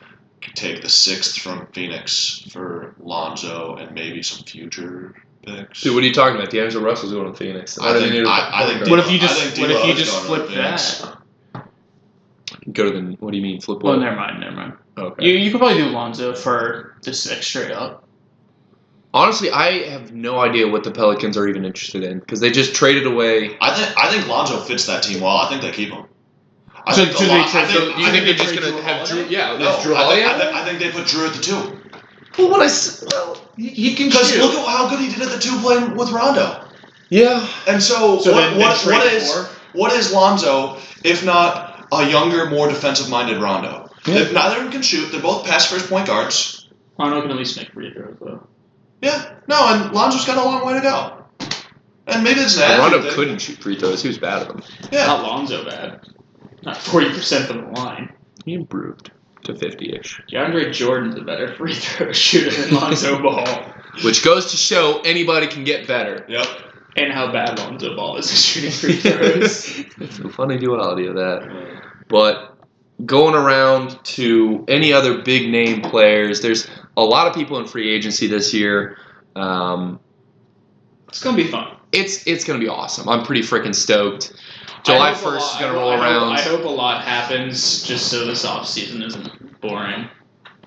take the sixth from Phoenix for Lonzo and maybe some future picks. Dude, what are you talking about? D'Angelo Russell's going to Phoenix. I They think- need a- I- I think What if you I think just what if D'Lo you is just going to flip the Knicks. that? go to the. What do you mean flip? Well, what? never mind, never mind. Okay. You you could probably do Lonzo for the six straight up. Honestly, I have no idea what the Pelicans are even interested in because they just traded away. I think I think Lonzo fits that team well. I think they keep him. I So- think so a they lot- trade- I think- so you I think they're they just trade gonna Drew have Holiday? Drew- yeah, no, is Drew I think- I Holiday think, I think they put Drew at the two. Well, what I s- well, he, he can Because shoot. look at how good he did at the two playing with Rondo. yeah, And so, So what, then, what, then what trade is for- what is Lonzo if not a younger, more defensive-minded Rondo? Yeah. If neither of them can shoot, they're both pass first point guards. Rondo can at least make free throws though. Yeah, no, and Lonzo's got a long way to go. And maybe it's that. Rondo couldn't shoot free throws. He was bad at them. Yeah, Not Lonzo bad. Not forty percent from the line. He improved to fifty-ish, DeAndre Jordan's a better free throw shooter than Lonzo Ball, which goes to show anybody can get better. yep. and how bad Lonzo Ball is at shooting free throws. it's a funny duality of that. But going around to any other big name players, there's a lot of people in free agency this year. Um, it's gonna be fun. it's it's gonna be awesome. I'm pretty freaking stoked. I July hope a first is lot- gonna I hope- roll I hope- around. I hope a lot happens, just so this off season isn't boring.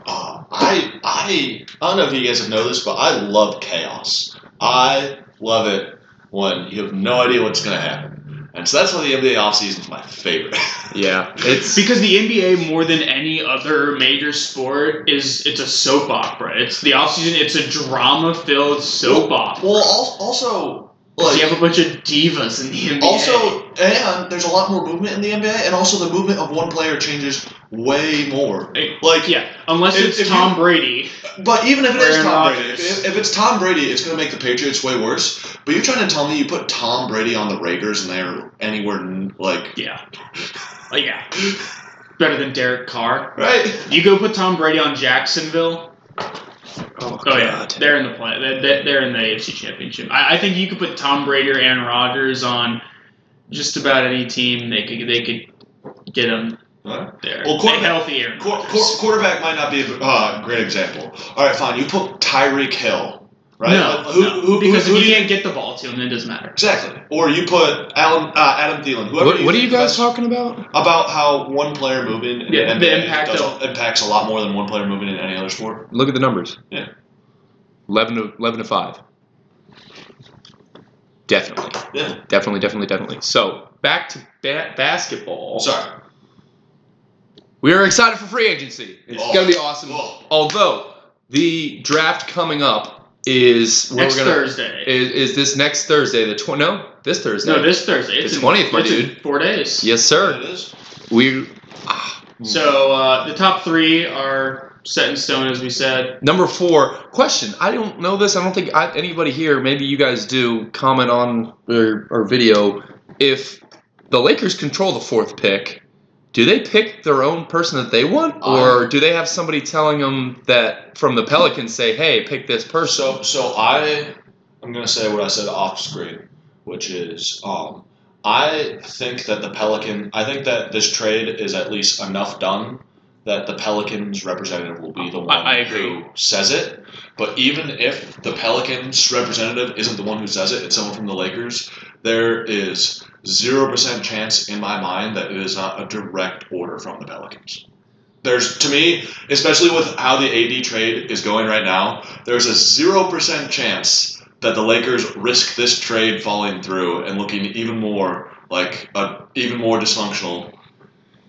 Oh, I I I don't know if you guys have noticed, but I love chaos. I love it when you have no idea what's going to happen, and so that's why the NBA offseason is my favorite. Yeah, it's Because the NBA, more than any other major sport, is it's a soap opera. It's the offseason. It's a drama-filled soap opera. well, al- also 'Cause like you have a bunch of divas in the NBA. Also, and there's a lot more movement in the NBA, and also the movement of one player changes way more. Hey, Like, yeah, unless If- it's if Tom Brady. but even if it is Aaron Tom Brady, Rodgers. if, if it's Tom Brady, it's going to make the Patriots way worse. But you're trying to tell me you put Tom Brady on the Raiders and they're anywhere n- like Yeah, Uh, yeah, better than Derek Carr. right? You go put Tom Brady on Jacksonville. oh, Oh yeah, they're in the play. They're, they're- they're in the AFC Championship. I, I think you could put Tom Brady or Aaron Rodgers on just about any team. They could they could get them there. Well, Well, quarterback- healthy Aaron Qu- Rodgers. qu- quarterback might not be a uh, great example. All right, fine. You put Tyreek Hill, right? No, Like, who, no. who, because who, who if you do you- can't get the ball to him, it doesn't matter. exactly? Or you put Alan, uh, Adam Thielen. Whoever What, what are think you the guys best- talking about? about how one player moving in Yeah, the the NBA impact does- of- impacts a lot more than one player moving in any other sport. Look at the numbers. Yeah. Eleven to eleven to five. Definitely, Yeah. definitely, definitely, definitely. So back to ba- Oh, basketball. Sorry. We are excited for free agency. It's Oh. gonna be awesome. Oh. Although the draft coming up is where Next we're gonna Thursday. is, is this next Thursday the tw- no this Thursday no, this Thursday. It's The in- 20th, my it's in dude. Four days. yes There sir it is. we ah. So uh, the top three are set in stone, as we said. number four question I don't know this I don't think I, anybody here maybe you guys do comment on our, our video if the Lakers control the fourth pick do they pick their own person that they want or do they have somebody telling them that from the Pelicans say hey pick this person So, so I, I'm gonna say what I said off screen, which is, um, I think that the Pelican, I think that this trade is at least enough done that the Pelicans representative will be the one I agree. who says it. But even if the Pelicans representative isn't the one who says it, it's someone from the Lakers. There is zero percent chance in my mind that it is not a direct order from the Pelicans. There's to me, especially with how the AD trade is going right now, there's a zero percent chance that the Lakers risk this trade falling through and looking even more like a, even more dysfunctional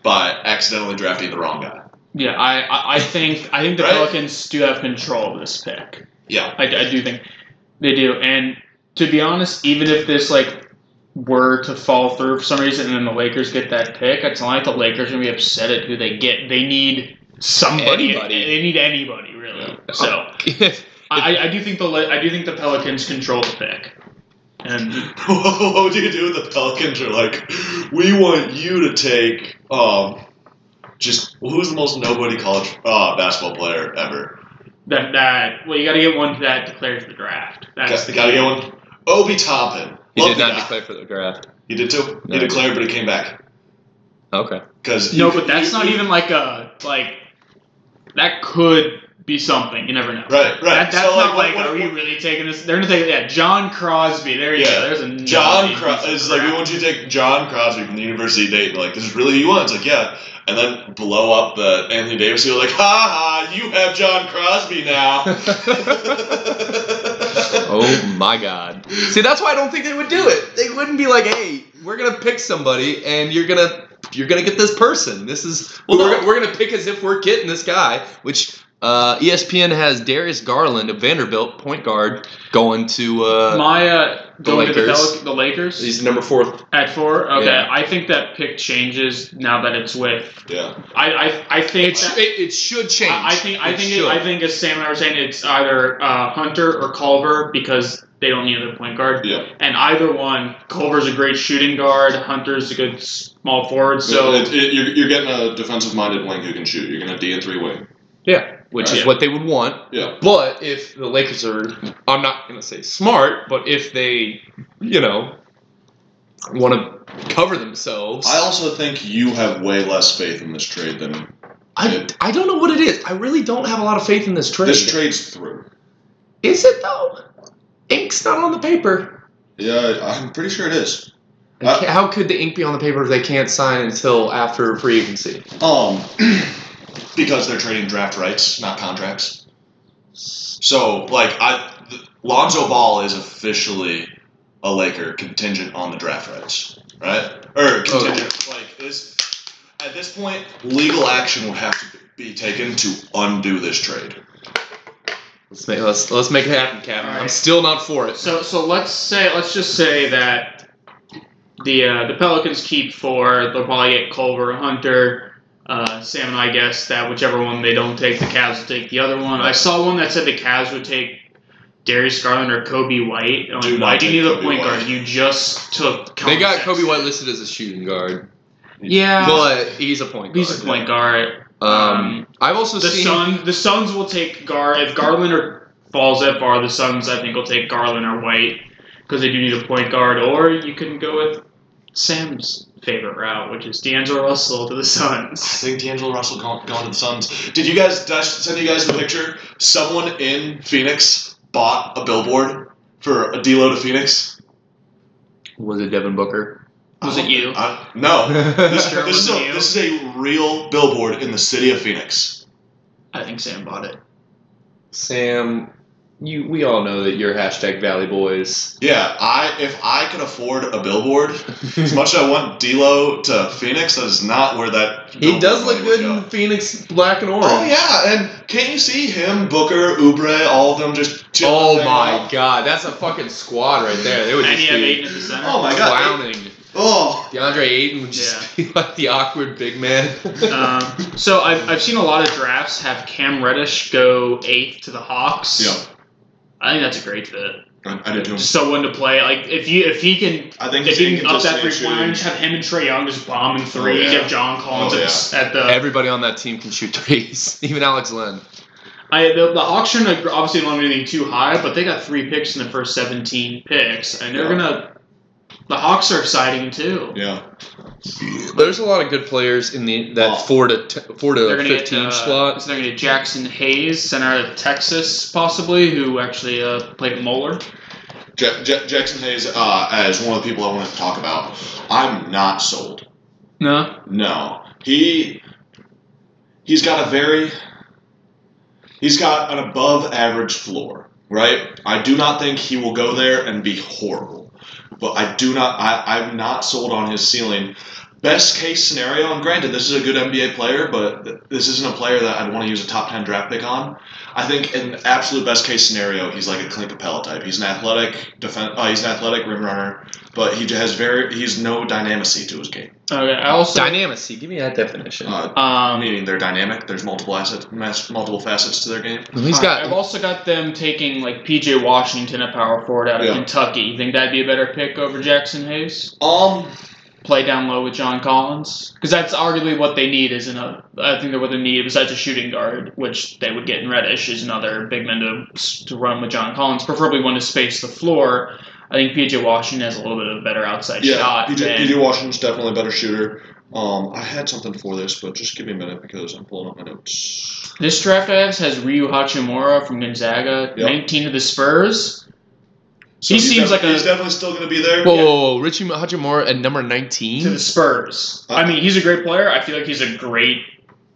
by accidentally drafting the wrong guy. Yeah, I, I, I think I think the Right? Pelicans do have control of this pick. Yeah, I, I do think they do. And to be honest, even if this like were to fall through for some reason, and then the Lakers get that pick, it's not like the Lakers are gonna be upset at who they get. They need somebody. Anybody. They need anybody really. Yeah. So I, I do think the La- I do think the Pelicans control the pick. And what do you do with the Pelicans? Are like, we want you to take um, just who's the most nobody college uh, basketball player ever? that that well, you got to get one that declares the draft. That's Got, the gotta get one. Obi Toppin. he Love did the not guy. declare for the draft He did too. No. He declared, but he came back okay because No, but that's not even like a like that could be something. You never know. Right, right. That, that's so, not like, like, what- what- are we really taking this? They're gonna take yeah, John Crosby. There you Yeah. go. There's a John gnarly piece Crosby. of It's like, we crap. want you to take John Crosby from the University of Dayton. Like, this is really who you want. It's like, yeah. And then blow up the Anthony Davis. You're like, ha ha, you have John Crosby now. Oh my God! See, that's why I don't think they would do it. They wouldn't be like, "Hey, we're gonna pick somebody, and you're gonna you're gonna get this person. This is Well, we're, no. gonna- we're gonna pick as if we're getting this guy." Which uh, ESPN has Darius Garland of Vanderbilt, point guard, going to uh, My uh, the going to the, Lakers. Pel- the Lakers he's number four. at four. Okay, Yeah. I think that pick changes now that it's with. yeah. I I, I think It, that- sh- it, it should change. I, I think I It think it, should. I think as Sam and I were saying, it's either uh, Hunter or Culver because they don't need another point guard, Yeah. and either one. Culver's a great shooting guard. Hunter's a good small forward. So it, it- you're, you're getting a defensive minded wing who can shoot. You're going to D and three wing. yeah, which is Yeah. what they would want. Yeah. But if the Lakers are, I'm not going to say smart, but if they, you know, want to cover themselves, I also think you have way less faith in this trade than I, I don't know what it is. I really don't have a lot of faith in this trade. this trade's through. is it though? Ink's not on the paper. Yeah, I- I'm pretty sure it is. Uh, And ca- How could the ink be on the paper if they can't sign until after free agency? Um, because they're trading draft rights, not contracts. So, like, I th- Lonzo Ball is officially a Laker contingent on the draft rights, right? Or contingent. Like this, at this point, legal action would have to be taken to undo this trade. Let's make let's, let's make it happen, Captain. All right. I'm still not for it. so so let's say let's just say that the uh, the Pelicans keep four. They'll probably get Culver, or Hunter. Uh, Sam and I guess that whichever one they don't take, the Cavs will take the other one. I saw one that said the Cavs would take Darius Garland or Kobe White. I'm like, Do not why do you take need a Kobe point White. guard? You just took. They got Collins. Kobe White listed as a shooting guard, Yeah, but he's a point guard. Ah, he's a point guard. um, I've also The seen Sun, the Suns will take Gar if Garland or falls that far. The Suns, I think, will take Garland or White because they do need a point guard. Or you can go with Sam's favorite route, which is D'Angelo Russell to the I Suns. think D'Angelo Russell gone, gone to the Suns. Did you guys did I send you guys the picture? Someone in Phoenix bought a billboard for a D-Lo to Phoenix. was it Devin Booker? Was it you? I, no. This, Sure this is wasn't a, you. this is a real billboard in the city of Phoenix. I think Sam bought it. Sam, you we all know that you're hashtag Valley Boys. Yeah, I if I could afford a billboard, as much as I want D'Lo to Phoenix, that is not where that. he billboard does look money would good go. in Phoenix black and orange. Oh yeah, and can't you see him, Booker, Ubre, all of them just chilling Oh there? my god, that's a fucking squad right there. They would And just you have be Aiden at the center. Oh my god! clowning. Oh, DeAndre Ayton would just be like the awkward big man. Um, so I've, I've seen a lot of drafts have Cam Reddish go eighth to the Hawks. yeah, I think that's a great fit. I, I did too. Just someone to play. Like if you if he can I think If he's you can up that inconsistent three point shooting. range, have him and Trey Young just bombing threes. yeah. You have John Collins Oh, at the- at the. Everybody on that team can shoot threes, even Alex Len. I, the, the auction like, obviously don't want anything too high, but they got three picks in the first seventeen picks, and they're Yeah. gonna. The Hawks are exciting too. Yeah, There's a lot of good players in the that Oh. four to t- four to They're gonna fifteen get, uh, slot. So they're gonna get Jackson Hayes, center out of Texas, possibly, who actually uh, played at Moeller. Ja- Ja- Jackson Hayes uh, as one of the people I wanted to talk about. I'm not sold. No, No, he he's got a very he's got an above average floor, right? I do not think he will go there and be horrible, but I do not. I, I'm not sold on his ceiling. Best case scenario, and granted, this is a good NBA player, but th- this isn't a player that I'd want to use a top ten draft pick on. I think in absolute best case scenario, he's like a Clint Capella type. He's an athletic defense. Uh, he's an athletic rim runner, but he has very he's no dynamicy to his game. okay. I also Dynamacy, give me that definition. Uh, um. meaning they're dynamic. There's multiple assets, mas- multiple facets to their game. He's all right, I've got also got them taking like PJ Washington, a power forward out of Yeah. Kentucky. You think that'd be a better pick over Jackson Hayes? Um, play down low with John Collins because that's arguably what they need is another. I think that what they need besides a shooting guard, which they would get in Reddish, is another big man to to run with John Collins, preferably one to space the floor. I think PJ Washington has a little bit of a better outside yeah, shot. PJ, than- PJ Washington's definitely a better shooter. Um, I had something for this, but just give me a minute because I'm pulling up my notes. This draft I have has Ryu Hachimura from Gonzaga, Yep. 19 to the Spurs. So He he's seems def- like a- he's definitely still going to be there. Whoa, whoa, whoa. Richie Hachimura at number 19? To the Spurs. I mean, he's a great player. I feel like he's a great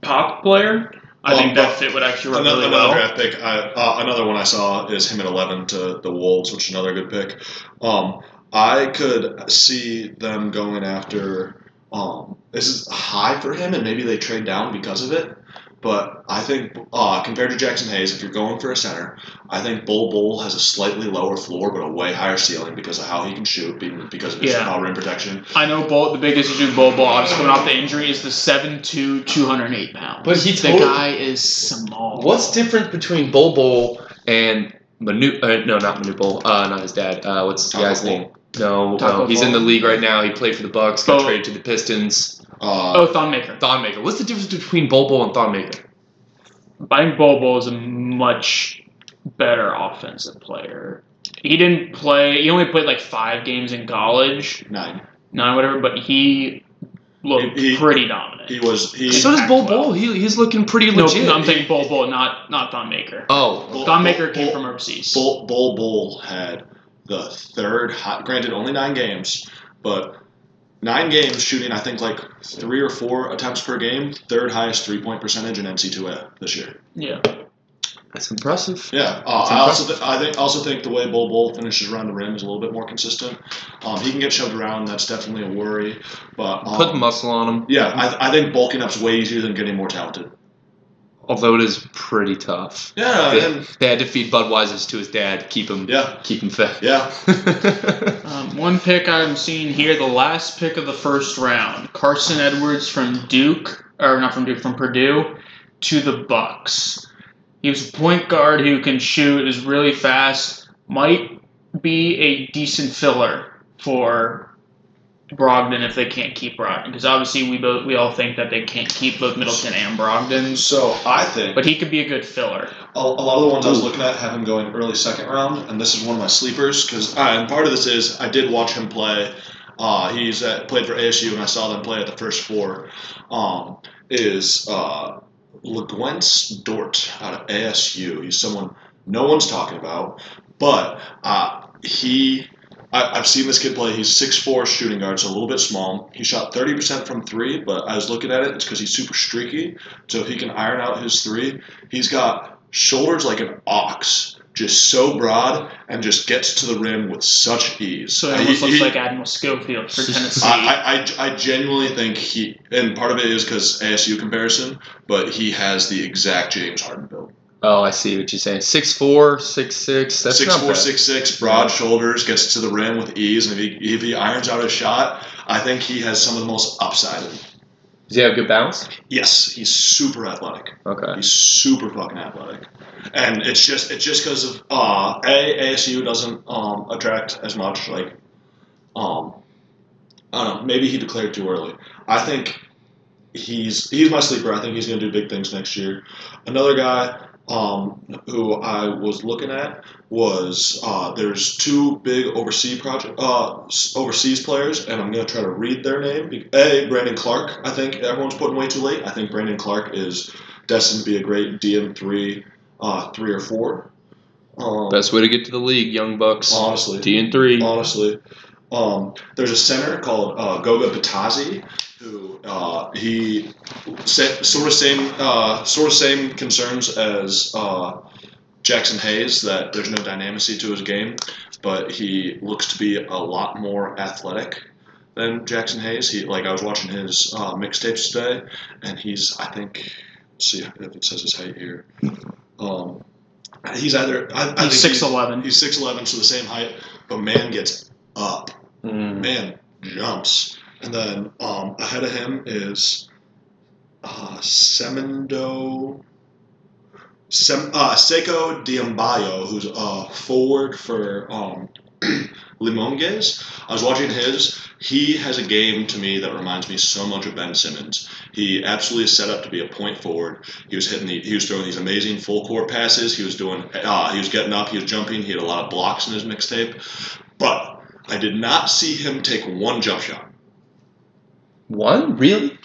pop player. I Well, think that fit would actually work Another, really another well. draft pick. I, uh, another one I saw is him at eleven to the Wolves, which is another good pick. Um, I could see them going after. Um, this is high for him, and maybe they trade down because of it. But I think uh, compared to Jackson Hayes, if you're going for a center, I think Bull Bull has a slightly lower floor but a way higher ceiling because of how he can shoot, be- because of his Yeah. uh, rim protection. I know Bolt, the biggest issue with Bolt Ball, obviously coming off the injury, is the 7'2", 208 pounds. But he The totally- guy is small. What's different between Bol Bol and Manu? Uh, no, not Manu Bol. Uh, not his dad. Uh, what's the Taco guy's Bol. name? No, Taco no, he's in the Bol. league right now. He played for the Bucks, got Bol. traded to the Pistons. Uh, Oh, Thonmaker. Thonmaker. What's the difference between Bol Bol and Thonmaker? I think Bobo is a much better offensive player. He didn't play. He only played like five games in college, Nine. nine whatever. But he looked He- he- pretty dominant. He was he. So does Bol Impactful. Bol. He, he's looking pretty no, legit. no, I'm thinking Bobo, not not Thon Maker. oh, Bol- Thon Maker came Bol- from overseas. Bull Bull Bull had the third hot. Granted, only nine games, but nine games shooting. I think like three or four attempts per game. Third highest three point percentage in NC2A this year. yeah, that's impressive. Yeah, uh, That's I also th- I think also think the way Bull Bull finishes around the rim is a little bit more consistent. Um, he can get shoved around. That's definitely a worry. But um, Put muscle on him, yeah, I, th- I think bulking up's way easier than getting more talented. although it is pretty tough. Yeah, Yeah. and They had to feed Budweiser's to his dad, to keep him, yeah, keep him fed. yeah. um, one pick I'm seeing here, the last pick of the first round, Carson Edwards from Duke, or not from Duke, from Purdue, to the Bucks. He was a point guard who can shoot, is really fast, might be a decent filler for Brogdon if they can't keep Brogdon, because obviously we both we all think that they can't keep both Middleton and Brogdon, So I think but he could be a good filler. a, a lot of the ones I was Ooh. looking at have him going early second round, and this is one of my sleepers because and part of this is I did watch him play. Uh, he's at, played for ASU, and I saw them play at the first four. Um, is uh, LaGuence Dort out of ASU? He's someone no one's talking about, but uh, he. I, I've seen this kid play. He's 6'4 shooting guard, so a little bit small. He shot 30% from three, but I was looking at it, it's because he's super streaky. So if he can iron out his three, he's got shoulders like an ox, just so broad, and just gets to the rim with such ease. So I- he almost looks Uh, he- like Admiral Schofield for Tennessee. I, I, I, I genuinely think he, and part of it is because ASU comparison, but he has the exact James Harden build. oh, I see what you're saying. Six four, six six. That's Six not four, bad. six six, broad shoulders, gets to the rim with ease, and if he, if he irons out a shot, I think he has some of the most upside. Does he have good bounce? Yes, he's super athletic. Okay. He's super fucking athletic, and it's just it's just because of uh, a ASU doesn't um, attract as much. Like, um, I don't know. Maybe he declared too early. I think he's he's my sleeper. I think he's going to do big things next year. Another guy um, who I was looking at was uh, there's two big overseas project uh, s- overseas players, and I'm going to try to read their name. Be- A Brandon Clark. I think everyone's putting way too late. I think Brandon Clark is destined to be a great DM three, uh, three or four. Um, Best way to get to the league, Young Bucks. honestly, D and three. honestly, um, there's a center called uh, Goga Batazzi who uh, he sa- sort of same uh, sort of same concerns as uh, Jackson Hayes that there's no dynamicy to his game, but he looks to be a lot more athletic. Than Jackson Hayes, he like I was watching his uh, mixtapes today, and he's I think let's see if it says his height here. Um, he's either I, I he's think six eleven. He's six eleven, so the same height, but man gets up. Mm. Man jumps, and then um, ahead of him is uh, Semendo. Sem, uh, Seiko Diambayo, who's uh, forward for um, Limonges. I was watching his. He has a game to me that reminds me so much of Ben Simmons. He absolutely is set up to be a point forward. He was hitting the, he was throwing these amazing full court passes. He was doing, uh, he was getting up, he was jumping. He had a lot of blocks in his mixtape, but I did not see him take one jump shot. One really?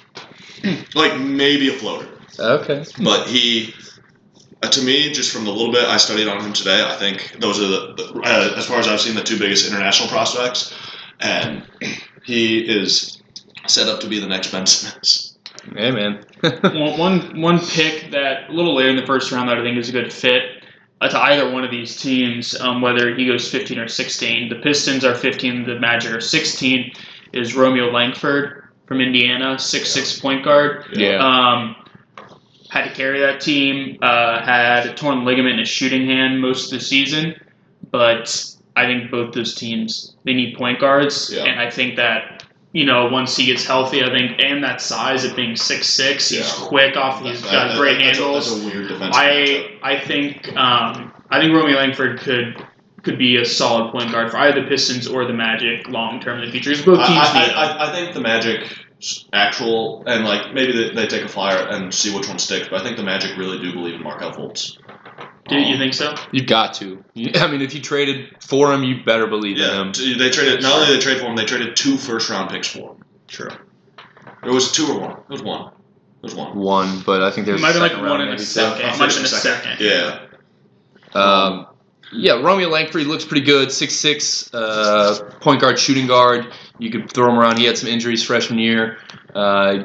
Like maybe a floater. Okay. But he, uh, to me, just from the little bit I studied on him today, I think those are the, the uh, as far as I've seen, the two biggest international prospects, and he is set up to be the next Ben Simmons. Hey man. one, one one pick that a little later in the first round that I think is a good fit uh, to either one of these teams, um, whether he goes 15 or 16. The Pistons are 15, the Magic are 16. Is Romeo Langford from Indiana, six six point guard. yeah. Um, had to carry that team. Uh, had a torn ligament in his shooting hand most of the season, but I think both those teams they need point guards, Yeah. and I think that you know once he gets healthy, I think and that size of being six six, he's Yeah. quick off. He's got That- great that's a- handles. that's a weird defensive matchup. I I think um, I think Romeo Langford could could be a solid point guard for either the Pistons or the Magic long term in the future. 'Cause Both teams need I, him. I, I, I think the Magic actual and like maybe they, they take a flyer and see which one sticks, but I think the Magic really do believe in Markel Fultz. Do you think so? You've got to. You- I mean, if you traded for him, you better believe in Yeah, him. t- they traded not only did they trade for him, they traded two first round picks for him. True. It was two or one. It was one. It was one. One, but I think It there's might a have been second like round one in a maybe, too. second. It might have been a second. Yeah, Um, yeah, Romeo Langford looks pretty good. Six six, uh, point guard, shooting guard. You could throw him around. He had some injuries freshman year. Uh,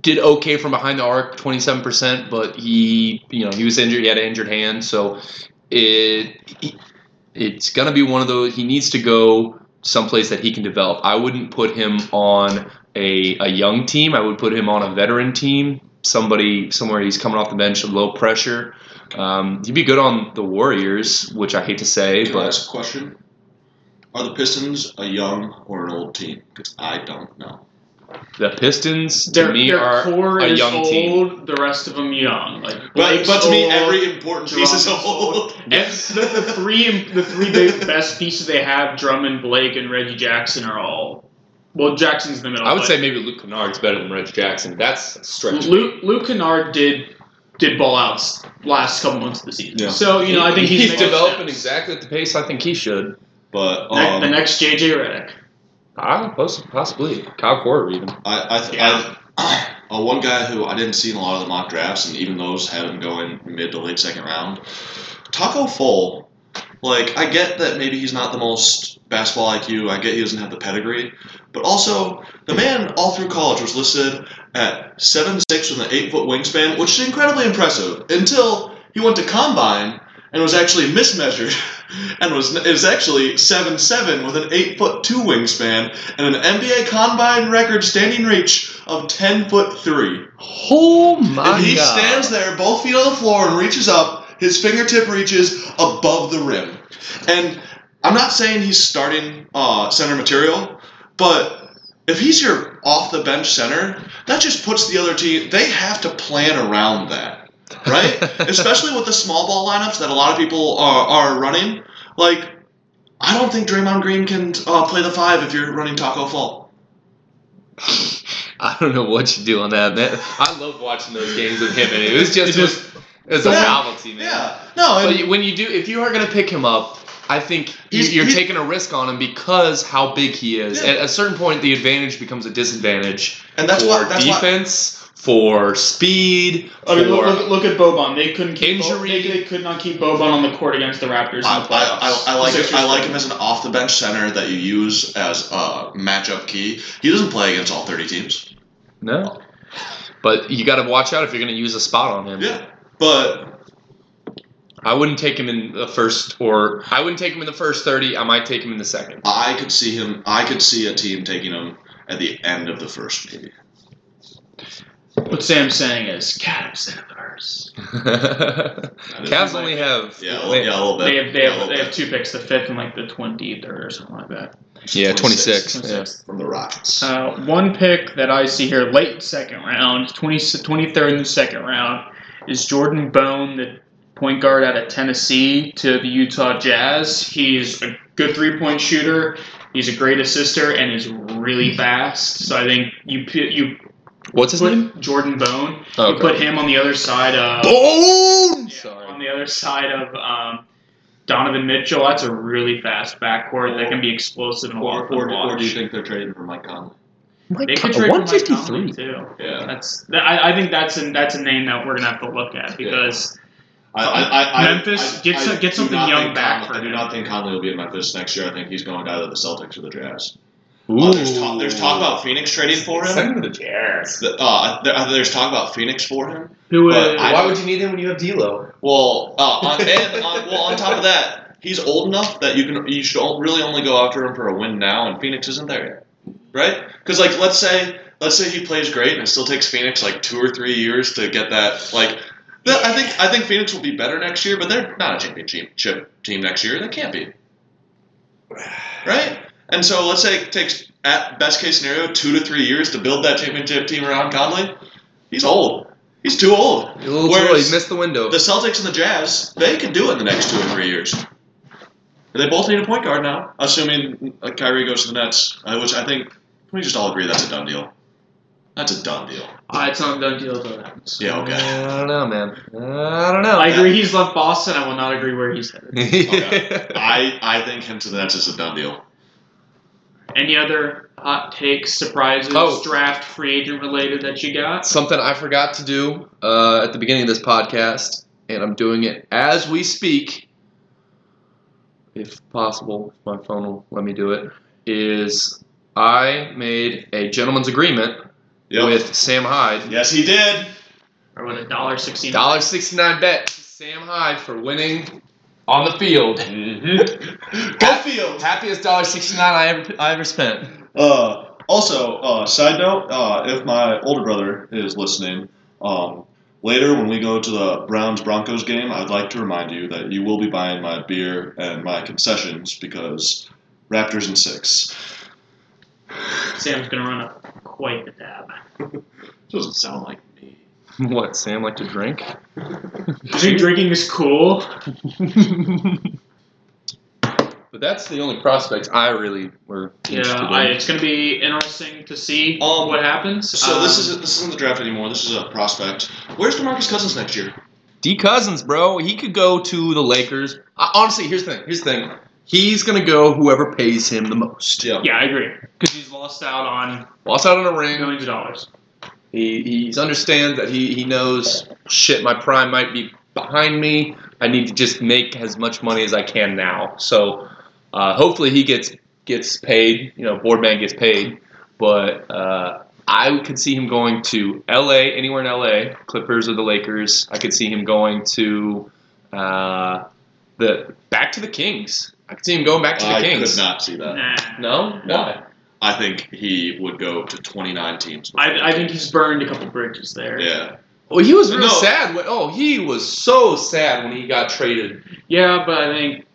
did okay from behind the arc, twenty seven percent, but he, you know, he was injured. He had an injured hand, so it it's gonna be one of those. He needs to go someplace that he can develop. I wouldn't put him on a a young team. I would put him on a veteran team. Somebody somewhere he's coming off the bench, low pressure. Um, he'd be good on the Warriors, which I hate to say, Can I but ask a question? Are the Pistons a young or an old team? 'Cause I don't know. the Pistons to Their, me their are core a is young old, team. the rest of them young. Like But, Blake's but to me, old, every important piece is Drummond's old. ev- the, the three the three big best pieces they have, Drummond, Blake, and Reggie Jackson are all. Well, Jackson's in the middle. I would but say maybe Luke Kennard's better than Reg Jackson. That's a stretch. Luke Luke Kennard did did ball outs last couple months of the season. Yeah. So you know, I think he's, he's, making developing steps. exactly at the pace I think he should. But Ne- um, the next JJ Redick. I poss- possibly Kyle Korver even. I, I, th- Yeah. I uh, one guy who I didn't see in a lot of the mock drafts, and even those had him going mid to late second round. Taco Fall, like I get that maybe he's not the most basketball IQ. I get he doesn't have the pedigree, but also the man all through college was listed at seven six with an eight foot wingspan, which is incredibly impressive. Until he went to combine and was actually mismeasured, and was is actually seven seven with an eight foot two wingspan and an NBA combine record standing reach of ten foot three. Oh my and he stands there, both feet on the floor, and reaches up. His fingertip reaches above the rim. And I'm not saying he's starting uh, center material, but if he's your off the bench center, that just puts the other team. They have to plan around that, right? Especially with the small ball lineups that a lot of people uh, are, are running. Like, I don't think Draymond Green can uh, play the five if you're running Taco Fall. I don't know what you do on that. Man. I love watching those games with him, and it was just It just- it's a Yeah. novelty, man. Yeah. No, and- But you- when you do, if you are going to pick him up, I think you- He's- you're he- taking a risk on him because how big he is. Yeah. At a certain point, the advantage becomes a disadvantage and that's for why. That's why. defense, for speed, I mean, look, for. look, at- look at Boban. They couldn't keep Bo- Injury. they, they could not keep Boban on the court against the Raptors. I, in the playoffs. I, I, I like Sixers it. I like couldn't. him as an off the bench center that you use as a matchup key. He doesn't play against all thirty teams. no. But you got to watch out if you're going to use a spot on him. Yeah, but I wouldn't take him in the first, or I wouldn't take him in the first thirty. I might take him in the second. I could see him. I could see a team taking him at the end of the first, maybe. What Sam's saying is, God, I'm saying the verse. Cavs only have yeah, a little, yeah, a little bit. They have they Yeah, a have little they have bit. two picks, the fifth and like the twenty third or something like that. yeah, 26. Yeah. 26th. from the Rockets. Uh, one pick that I see here late second round, 20, 23rd in the second round, is Jordan Bone, the point guard out of Tennessee to the Utah Jazz. He's a good three point shooter. He's a great assister and is really fast. So I think you p- you What's his name? put Jordan Bone, you put him on the other side of Bone. yeah, Sorry. on the other side of um, Donovan Mitchell. That's a really fast backcourt that can be explosive and a lot of fun to watch. think they're trading for Mike Conley? Mike They could Conley, trade for Mike Conley, 153. too. Yeah. That's that, I, I think that's a, that's a name that we're gonna have to look at because I, I, I, Memphis, I, get I some- get do something not young think back Conley- for I do him. not think Conley will be in Memphis next year. I think he's going either the Celtics or the Jazz. Ooh. Uh, there's, talk, there's talk about Phoenix trading for him. Send him to the Jazz. The- uh, there- there's talk about Phoenix for him. who But is I- Why would you need him when you have D'Lo? Well, uh, on, and on, well, on top of that, he's old enough that you can you should o- really only go after him for a win now, and Phoenix isn't there yet, right? Because like let's say let's say he plays great, and it still takes Phoenix like two or three years to get that like. that- I think I think Phoenix will be better next year, but they're not a championship chip team next year. They can't be, right? And so let's say it takes at best case scenario two to three years to build that championship team around Conley. He's old. He's too old. He's a little Whereas- too late. He missed the window. The Celtics and the Jazz, they could do it in the next two or three years. They both need a point guard now, assuming uh, Kyrie goes to the Nets, uh, which I think we just all agree that's a done deal. That's a done deal. uh, it's not a done deal until it happens. Yeah, okay. I don't know, man. I don't know. I agree he's left Boston. I will not agree where he's headed. I, I think him to the Nets is a done deal. Any other hot takes, surprises, Oh. draft, free agent related that you got? Something I forgot to do uh, at the beginning of this podcast, and I'm doing it as we speak, if possible, if my phone will let me do it, is I made a gentleman's agreement Yep. with Sam Hyde. yes, he did. Or what a dollar sixteen? $1.69 bet to Sam Hyde for winning on the field. Mm-hmm. Go Fields. Happiest $1.69 I ever, I ever spent. Uh, also, uh, side note, uh, if my older brother is listening, um, later when we go to the Browns Broncos game, I'd like to remind you that you will be buying my beer and my concessions because Raptors and six. Sam's gonna run up quite the tab. Doesn't sound like me. What, Sam like to drink? You think drinking is cool? but that's the only prospects I really were Yeah, interested I, in. it's gonna be interesting to see Um, what happens. So this Um, isn't this isn't the draft anymore. This is a prospect. Where's Demarcus Cousins next year? D Cousins, bro, he could go to the Lakers. I, honestly, here's the thing. Here's the thing. He's gonna go whoever pays him the most. Yeah. Yeah, I agree. Because he's lost out on Lost out on a ring. millions of dollars. He he's understands that he he knows shit. My prime might be behind me. I need to just make as much money as I can now. So uh, hopefully he gets gets paid. You know, Boardman gets paid. But uh, I could see him going to L.A. anywhere in L.A. Clippers or the Lakers. I could see him going to uh, the back to the Kings. I could see him going back to the I could Kings. not see that. Nah. No, why? I think he would go to 29 teams. I, I think he's burned a couple bridges there. yeah. Well, he was real No. sad. When, oh, he was so sad when he got traded Yeah, but I think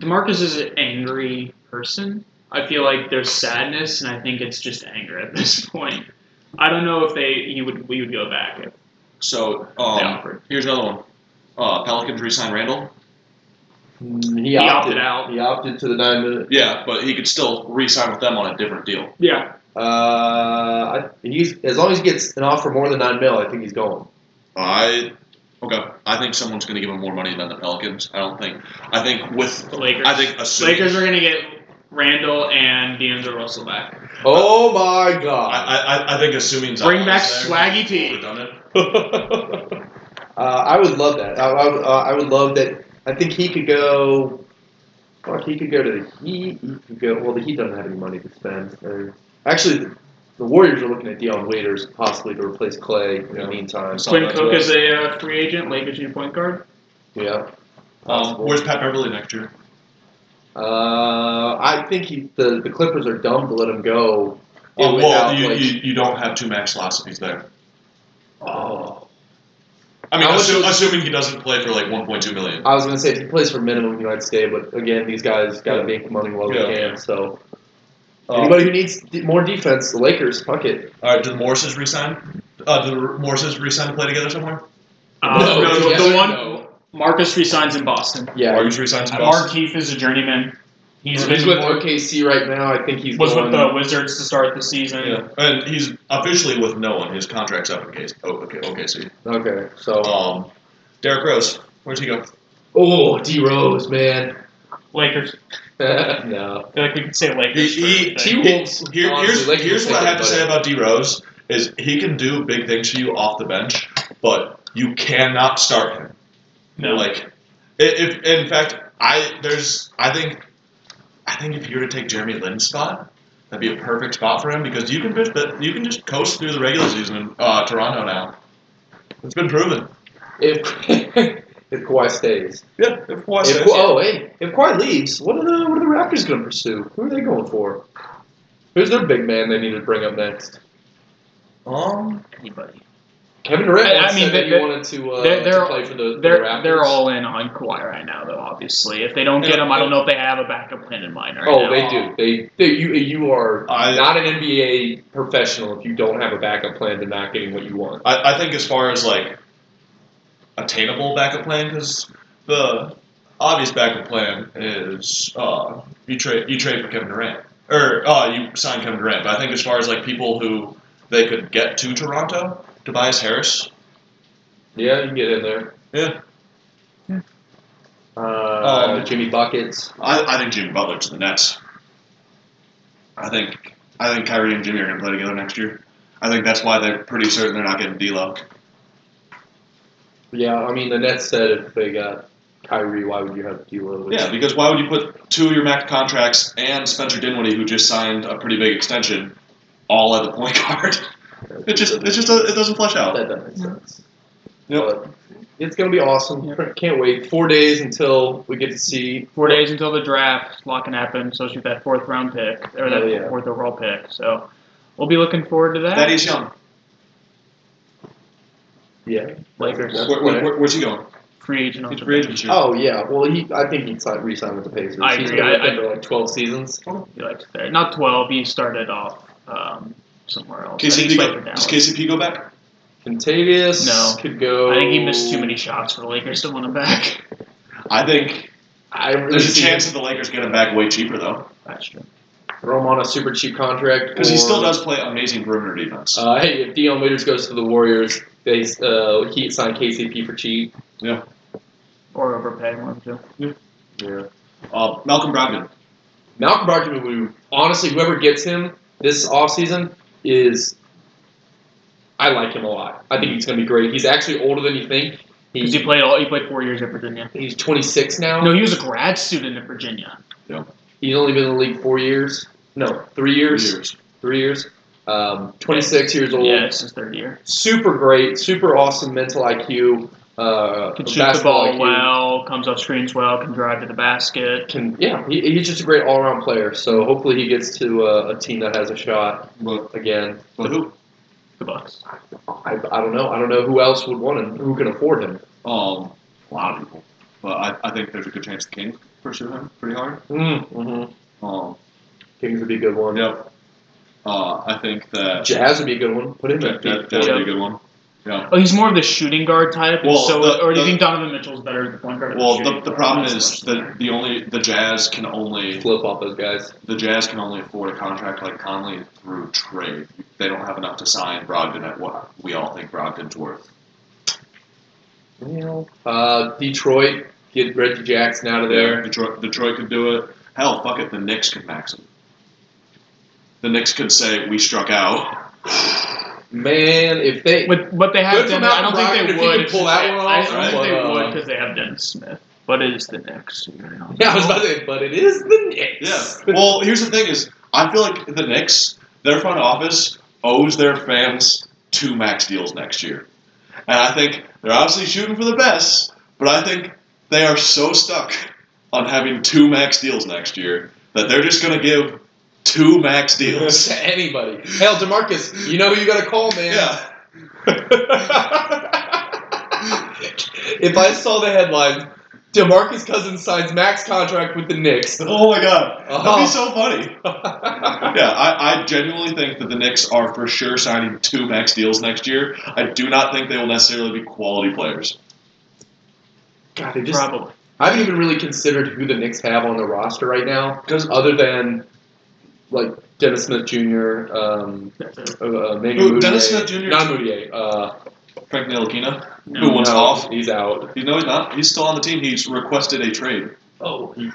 Demarcus is an angry person. I feel like there's sadness, and I think it's just anger at this point. I don't know if they he would we would go back if So um, they offered. here's another one. Uh, Pelicans re-sign Randall. Mm, He opted out. He opted to the nine minute. Yeah, but he could still re-sign with them on a different deal. Yeah, Uh, I, he's as long as he gets an offer more than nine mil, I think he's going. I okay. I think someone's going to give him more money than the Pelicans. I don't think. I think with the Lakers. I think assuming, Lakers are gonna get Randall and D'Angelo Russell back. Oh my god! I, I, I think assuming Zion's Bring back there, Swaggy P. we've done it. Uh, I would love that. I, I, would- uh, I would love that. I think he could go. Fuck, he could go to the Heat. He could go. Well, the Heat doesn't have any money to spend. Or, actually, the, the Warriors are looking at Deion Waiters possibly to replace Clay in the Yeah. meantime. So- Quinn that's Cook right. is a uh, free agent. Lakers new point guard. Yeah. Um, Possible. where's Pat Beverly next year? Uh, I think he, the the Clippers are dumb to let him go. Oh, well, without, you, like- you, you don't have two max slots if he's there. oh. I mean, How much assu- was- assuming he doesn't play for like 1.2 million. I was gonna say if he plays for minimum, he might stay. But again, these guys gotta make money while Yeah. they can. So Um, anybody who needs d- more defense, the Lakers, fuck it. all right, did the Morrises resign? Uh, did the Morrises resign to play together somewhere? Uh, No, no, no, the yes, one Marcus resigns in Boston. Yeah, Morris resigns. to Boston? Mark Keith is a journeyman. He's, he's been with more- OKC right now. I think he's was going, with the Wizards to start the season. Yeah. And he's officially with no one. His contract's up in case. Oh, okay, okay, so Okay, so Um, Derrick Rose, where's he go? oh D Rose, man, Lakers. no. I feel like we could say Lakers. for He, he, everything. he- here, Honestly, here's Lakers here's will what I take have it, to say about D Rose is he can do big things for you off the bench, but you cannot start him. no. Like, i- if in fact, I there's I think, I think if you were to take Jeremy Lin's spot, that'd be a perfect spot for him because you can just you can just coast through the regular season in uh, Toronto now. It's been proven. If if Kawhi stays, Yeah, if Kawhi if, stays. Ka- oh hey, if Kawhi leaves, what are the what are the Raptors going to pursue? Who are they going for? Who's their big man they need to bring up next? Um, anybody. Kevin Durant. I- I once mean, said that they- he they- wanted to, uh, they're- to they're- play for the, for the They're Raptors. they're all in on Kawhi right now, though. Obviously, if they don't get him, I don't know if they have a backup plan in mind right oh, now. they do. They, they you you are I- not an NBA professional if you don't have a backup plan to not getting what you want. I, I think as far as like attainable backup plan, because the obvious backup plan is uh, you trade you trade for Kevin Durant or uh, you sign Kevin Durant. But I think as far as like people who they could get to Toronto, Tobias Harris. Yeah, you can get in there. Yeah, Uh, Um, Jimmy buckets. I, I think Jimmy Butler to the Nets. I think I think Kyrie and Jimmy are gonna play together next year. I think that's why they're pretty certain they're not getting D'Lo. Yeah, I mean the Nets said if they got Kyrie, why would you have D'Lo? Which- Yeah, because why would you put two of your max contracts and Spencer Dinwiddie, who just signed a pretty big extension, all at the point guard? It just it just it doesn't flesh out. that doesn't make sense. Yep. But it's gonna be awesome. Can't wait. Four days until we get to see. Four days until the draft, a lot can happen. So shoot that fourth round pick or that Hell yeah. fourth overall pick. So we'll be looking forward to that. Thaddeus Young, Yeah. Lakers where, where, where- where's he going? free agent. on He's the free agent. soon. Oh yeah. Well, he. I think he'd sign, resign with the Pacers. I He's agree. been with I- them for like twelve seasons. He likes there. Not twelve. He started off um, somewhere else. I think KCP he played go, for Dallas. does KCP go back? Contavious No. could go. I think he missed Oh. too many shots for the Lakers to want him back. I think I really there's a see chance him that the Lakers get him back way cheaper though, That's true. Throw him on a super cheap contract because he or- still does play amazing perimeter defense. Uh, hey, if Dion Waiters goes to the Warriors, they uh, he signed KCP for cheap. Or overpay one of the two. Yeah. Uh, Malcolm Brogdon, Malcolm Brogdon, would- honestly, whoever gets him this offseason is. I like him a lot. I think he's going to be great. He's actually older than you think. Because He's, he played all. He played four years at Virginia. he's 26 now. No, he was a grad student at Virginia. He's only been in the league four years. No, three three years. years. Three years. Um, 26 years old. Yeah, it's his third year. Super great. Super awesome mental IQ. Uh, Can shoot the basketball ball IQ. well. Comes off screens well. Can drive to the basket. Can yeah, he, he's just a great all around player. So hopefully he gets to uh, a team that has a shot But, again. but who? The Bucks. I, I don't know. I don't know who else would want him, who can afford him. Um, a lot of people. But I, I think there's a good chance the Kings pursue him pretty hard. Mm-hmm. Um, Kings would be a good one. Yep. Uh, I think that Jazz would be a good one. Put him that, in. that, that would be a good one. Oh, he's more of the shooting guard type. and Well, so, the- or do you the- think Donovan Mitchell's better at the point guard? or Well, shooting the, the guard? problem That's is the question. that the only the Jazz can only Flip off those guys. the Jazz can only afford a contract like Conley through trade. They don't have enough to sign Brogdon at what we all think Brogdon's worth. Well, uh, Detroit, get Reggie Jackson out of there. Detroit, Detroit could do it. Hell, fuck it. The Knicks could max him. The Knicks could say we struck out. Man, if they. But, but they have Good for Denver. I don't Malcolm think Brogdon they if he would. can pull that one I off, don't think but, they uh, would because they have Dennis Smith. But it is the Knicks. you know. yeah, I was about to say, but it is the Knicks. Yeah. Well, here's the thing: is I feel like the Knicks, their front office owes their fans two max deals next year, and I think they're obviously shooting for the best, but I think they are so stuck on having two max deals next year that they're just going to give two max deals. to anybody. Hell, Demarcus, you know who you got to call, man. yeah. if I saw the headline, Demarcus Cousins signs max contract with the Knicks. Oh my god, that'd Oh. be so funny. Yeah, I, I genuinely think that the Knicks are for sure signing two max deals next year. I do not think they will necessarily be quality players. God, they just Probably. I haven't even really considered who the Knicks have on the roster right now, other than like Dennis Smith Jr., um, That's it. uh, uh, Manu Who, Moutier. Dennis Smith Jr.? Not Moutier. Uh, Frank Ntilikina, No. who wants no, off. He's out. You know he's not. He's still on the team. He's requested a trade. Oh, he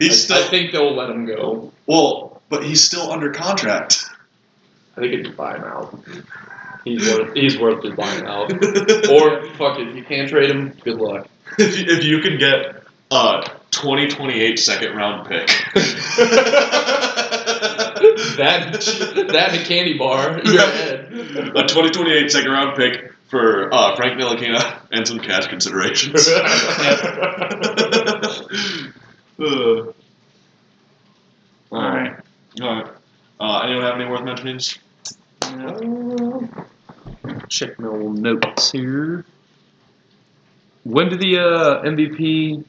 He's I, I still think they'll let him go. well, but he's still under contract. I think it's buy him out. He's worth he's worth just buying out. Or fuck it, if you can't trade him, good luck. if, you, if you can get a 2028 second round pick. That that and a candy bar. You're ahead. a 2028 second round pick for uh, Frank Ntilikina and some cash considerations. Uh, all right. All right. Uh, anyone have any worth mentionings? Check my old notes here. When did the uh, MVP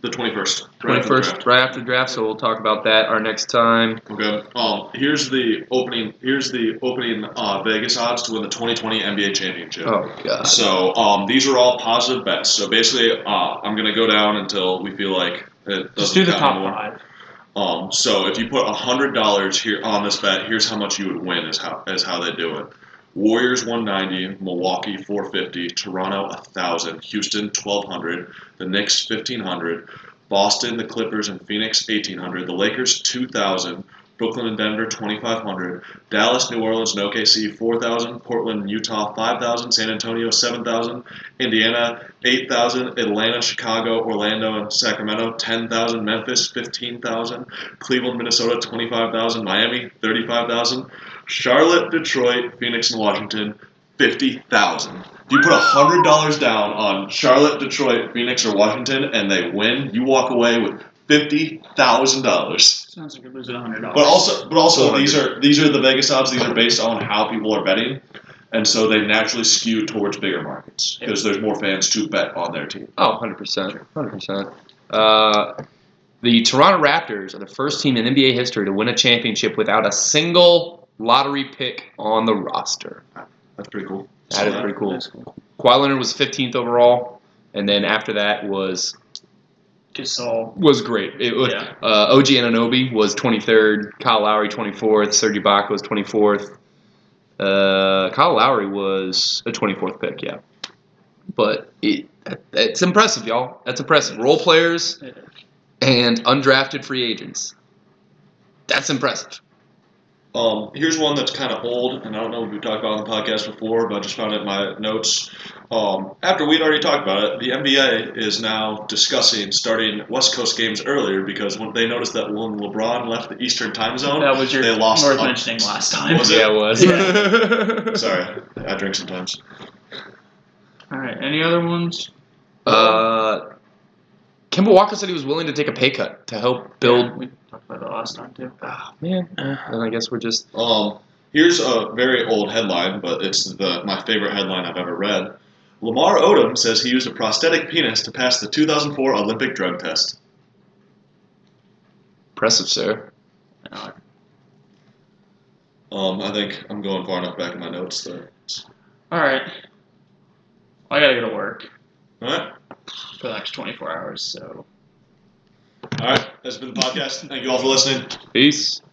The 21st. right after the 21st right after the draft? So we'll talk about that our next time. Okay. Um. Here's the opening. Here's the opening uh, Vegas odds to win the 2020 NBA championship. Oh god. So um, these are all positive bets. So basically, uh, I'm gonna go down until we feel like it doesn't Just do the count top anymore. five. Um, so if you put hundred dollars here on this bet, here's how much you would win. Is how is how they do it. Warriors 190, Milwaukee 450, Toronto 1000, Houston 1200, the Knicks 1500, Boston, the Clippers, and Phoenix 1800, the Lakers 2000, Brooklyn and Denver 2500, Dallas, New Orleans, and OKC 4000, Portland, and Utah 5000, San Antonio 7000, Indiana 8,000, Atlanta, Chicago, Orlando, and Sacramento, 10,000, Memphis, 15,000, Cleveland, Minnesota, 25,000, Miami, 35,000, Charlotte, Detroit, Phoenix, and Washington, 50,000. If you put $100 down on Charlotte, Detroit, Phoenix, or Washington and they win, you walk away with $50,000. Sounds like you're losing hundred dollars. But also, but also these are these are the Vegas odds. These are based on how people are betting, and so they naturally skew towards bigger markets because there's more fans to bet on their team. Oh, 100%. 100%. Uh, the Toronto Raptors are the first team in NBA history to win a championship without a single lottery pick on the roster. That's pretty cool. That is pretty cool. Kawhi Leonard was 15th overall, and then after that was Gasol. was great. It was, Yeah. uh, OG Ananobi was 23rd, Kyle Lowry 24th, Serge Ibaka was 24th. Uh, Kyle Lowry was a 24th pick, yeah. But it, it's impressive, y'all. That's impressive. Role players and undrafted free agents. That's impressive. Um, here's one that's kind of old, and I don't know if we talked about it on the podcast before, but I just found it in my notes. Um, after we'd already talked about it, the NBA is now discussing starting West Coast games earlier because when they noticed that when LeBron left the Eastern time Oh, zone, That was your they lost. worth a- mentioning last time. Was it? Yeah, it was. Sorry, I drink sometimes. All right. Any other ones? Uh, Kemba Walker said he was willing to take a pay cut to help build. We talked about that last time too. Ah, man, and I guess we're just Um, here's a very old headline, but it's the my favorite headline I've ever read. Lamar Odom says he used a prosthetic penis to pass the 2004 Olympic drug test. impressive, sir. Um, I think I'm going far enough back in my notes that. All right. I gotta go to work All right, for the next 24 hours, so. all right. That's been the podcast. Thank you all for listening. Peace.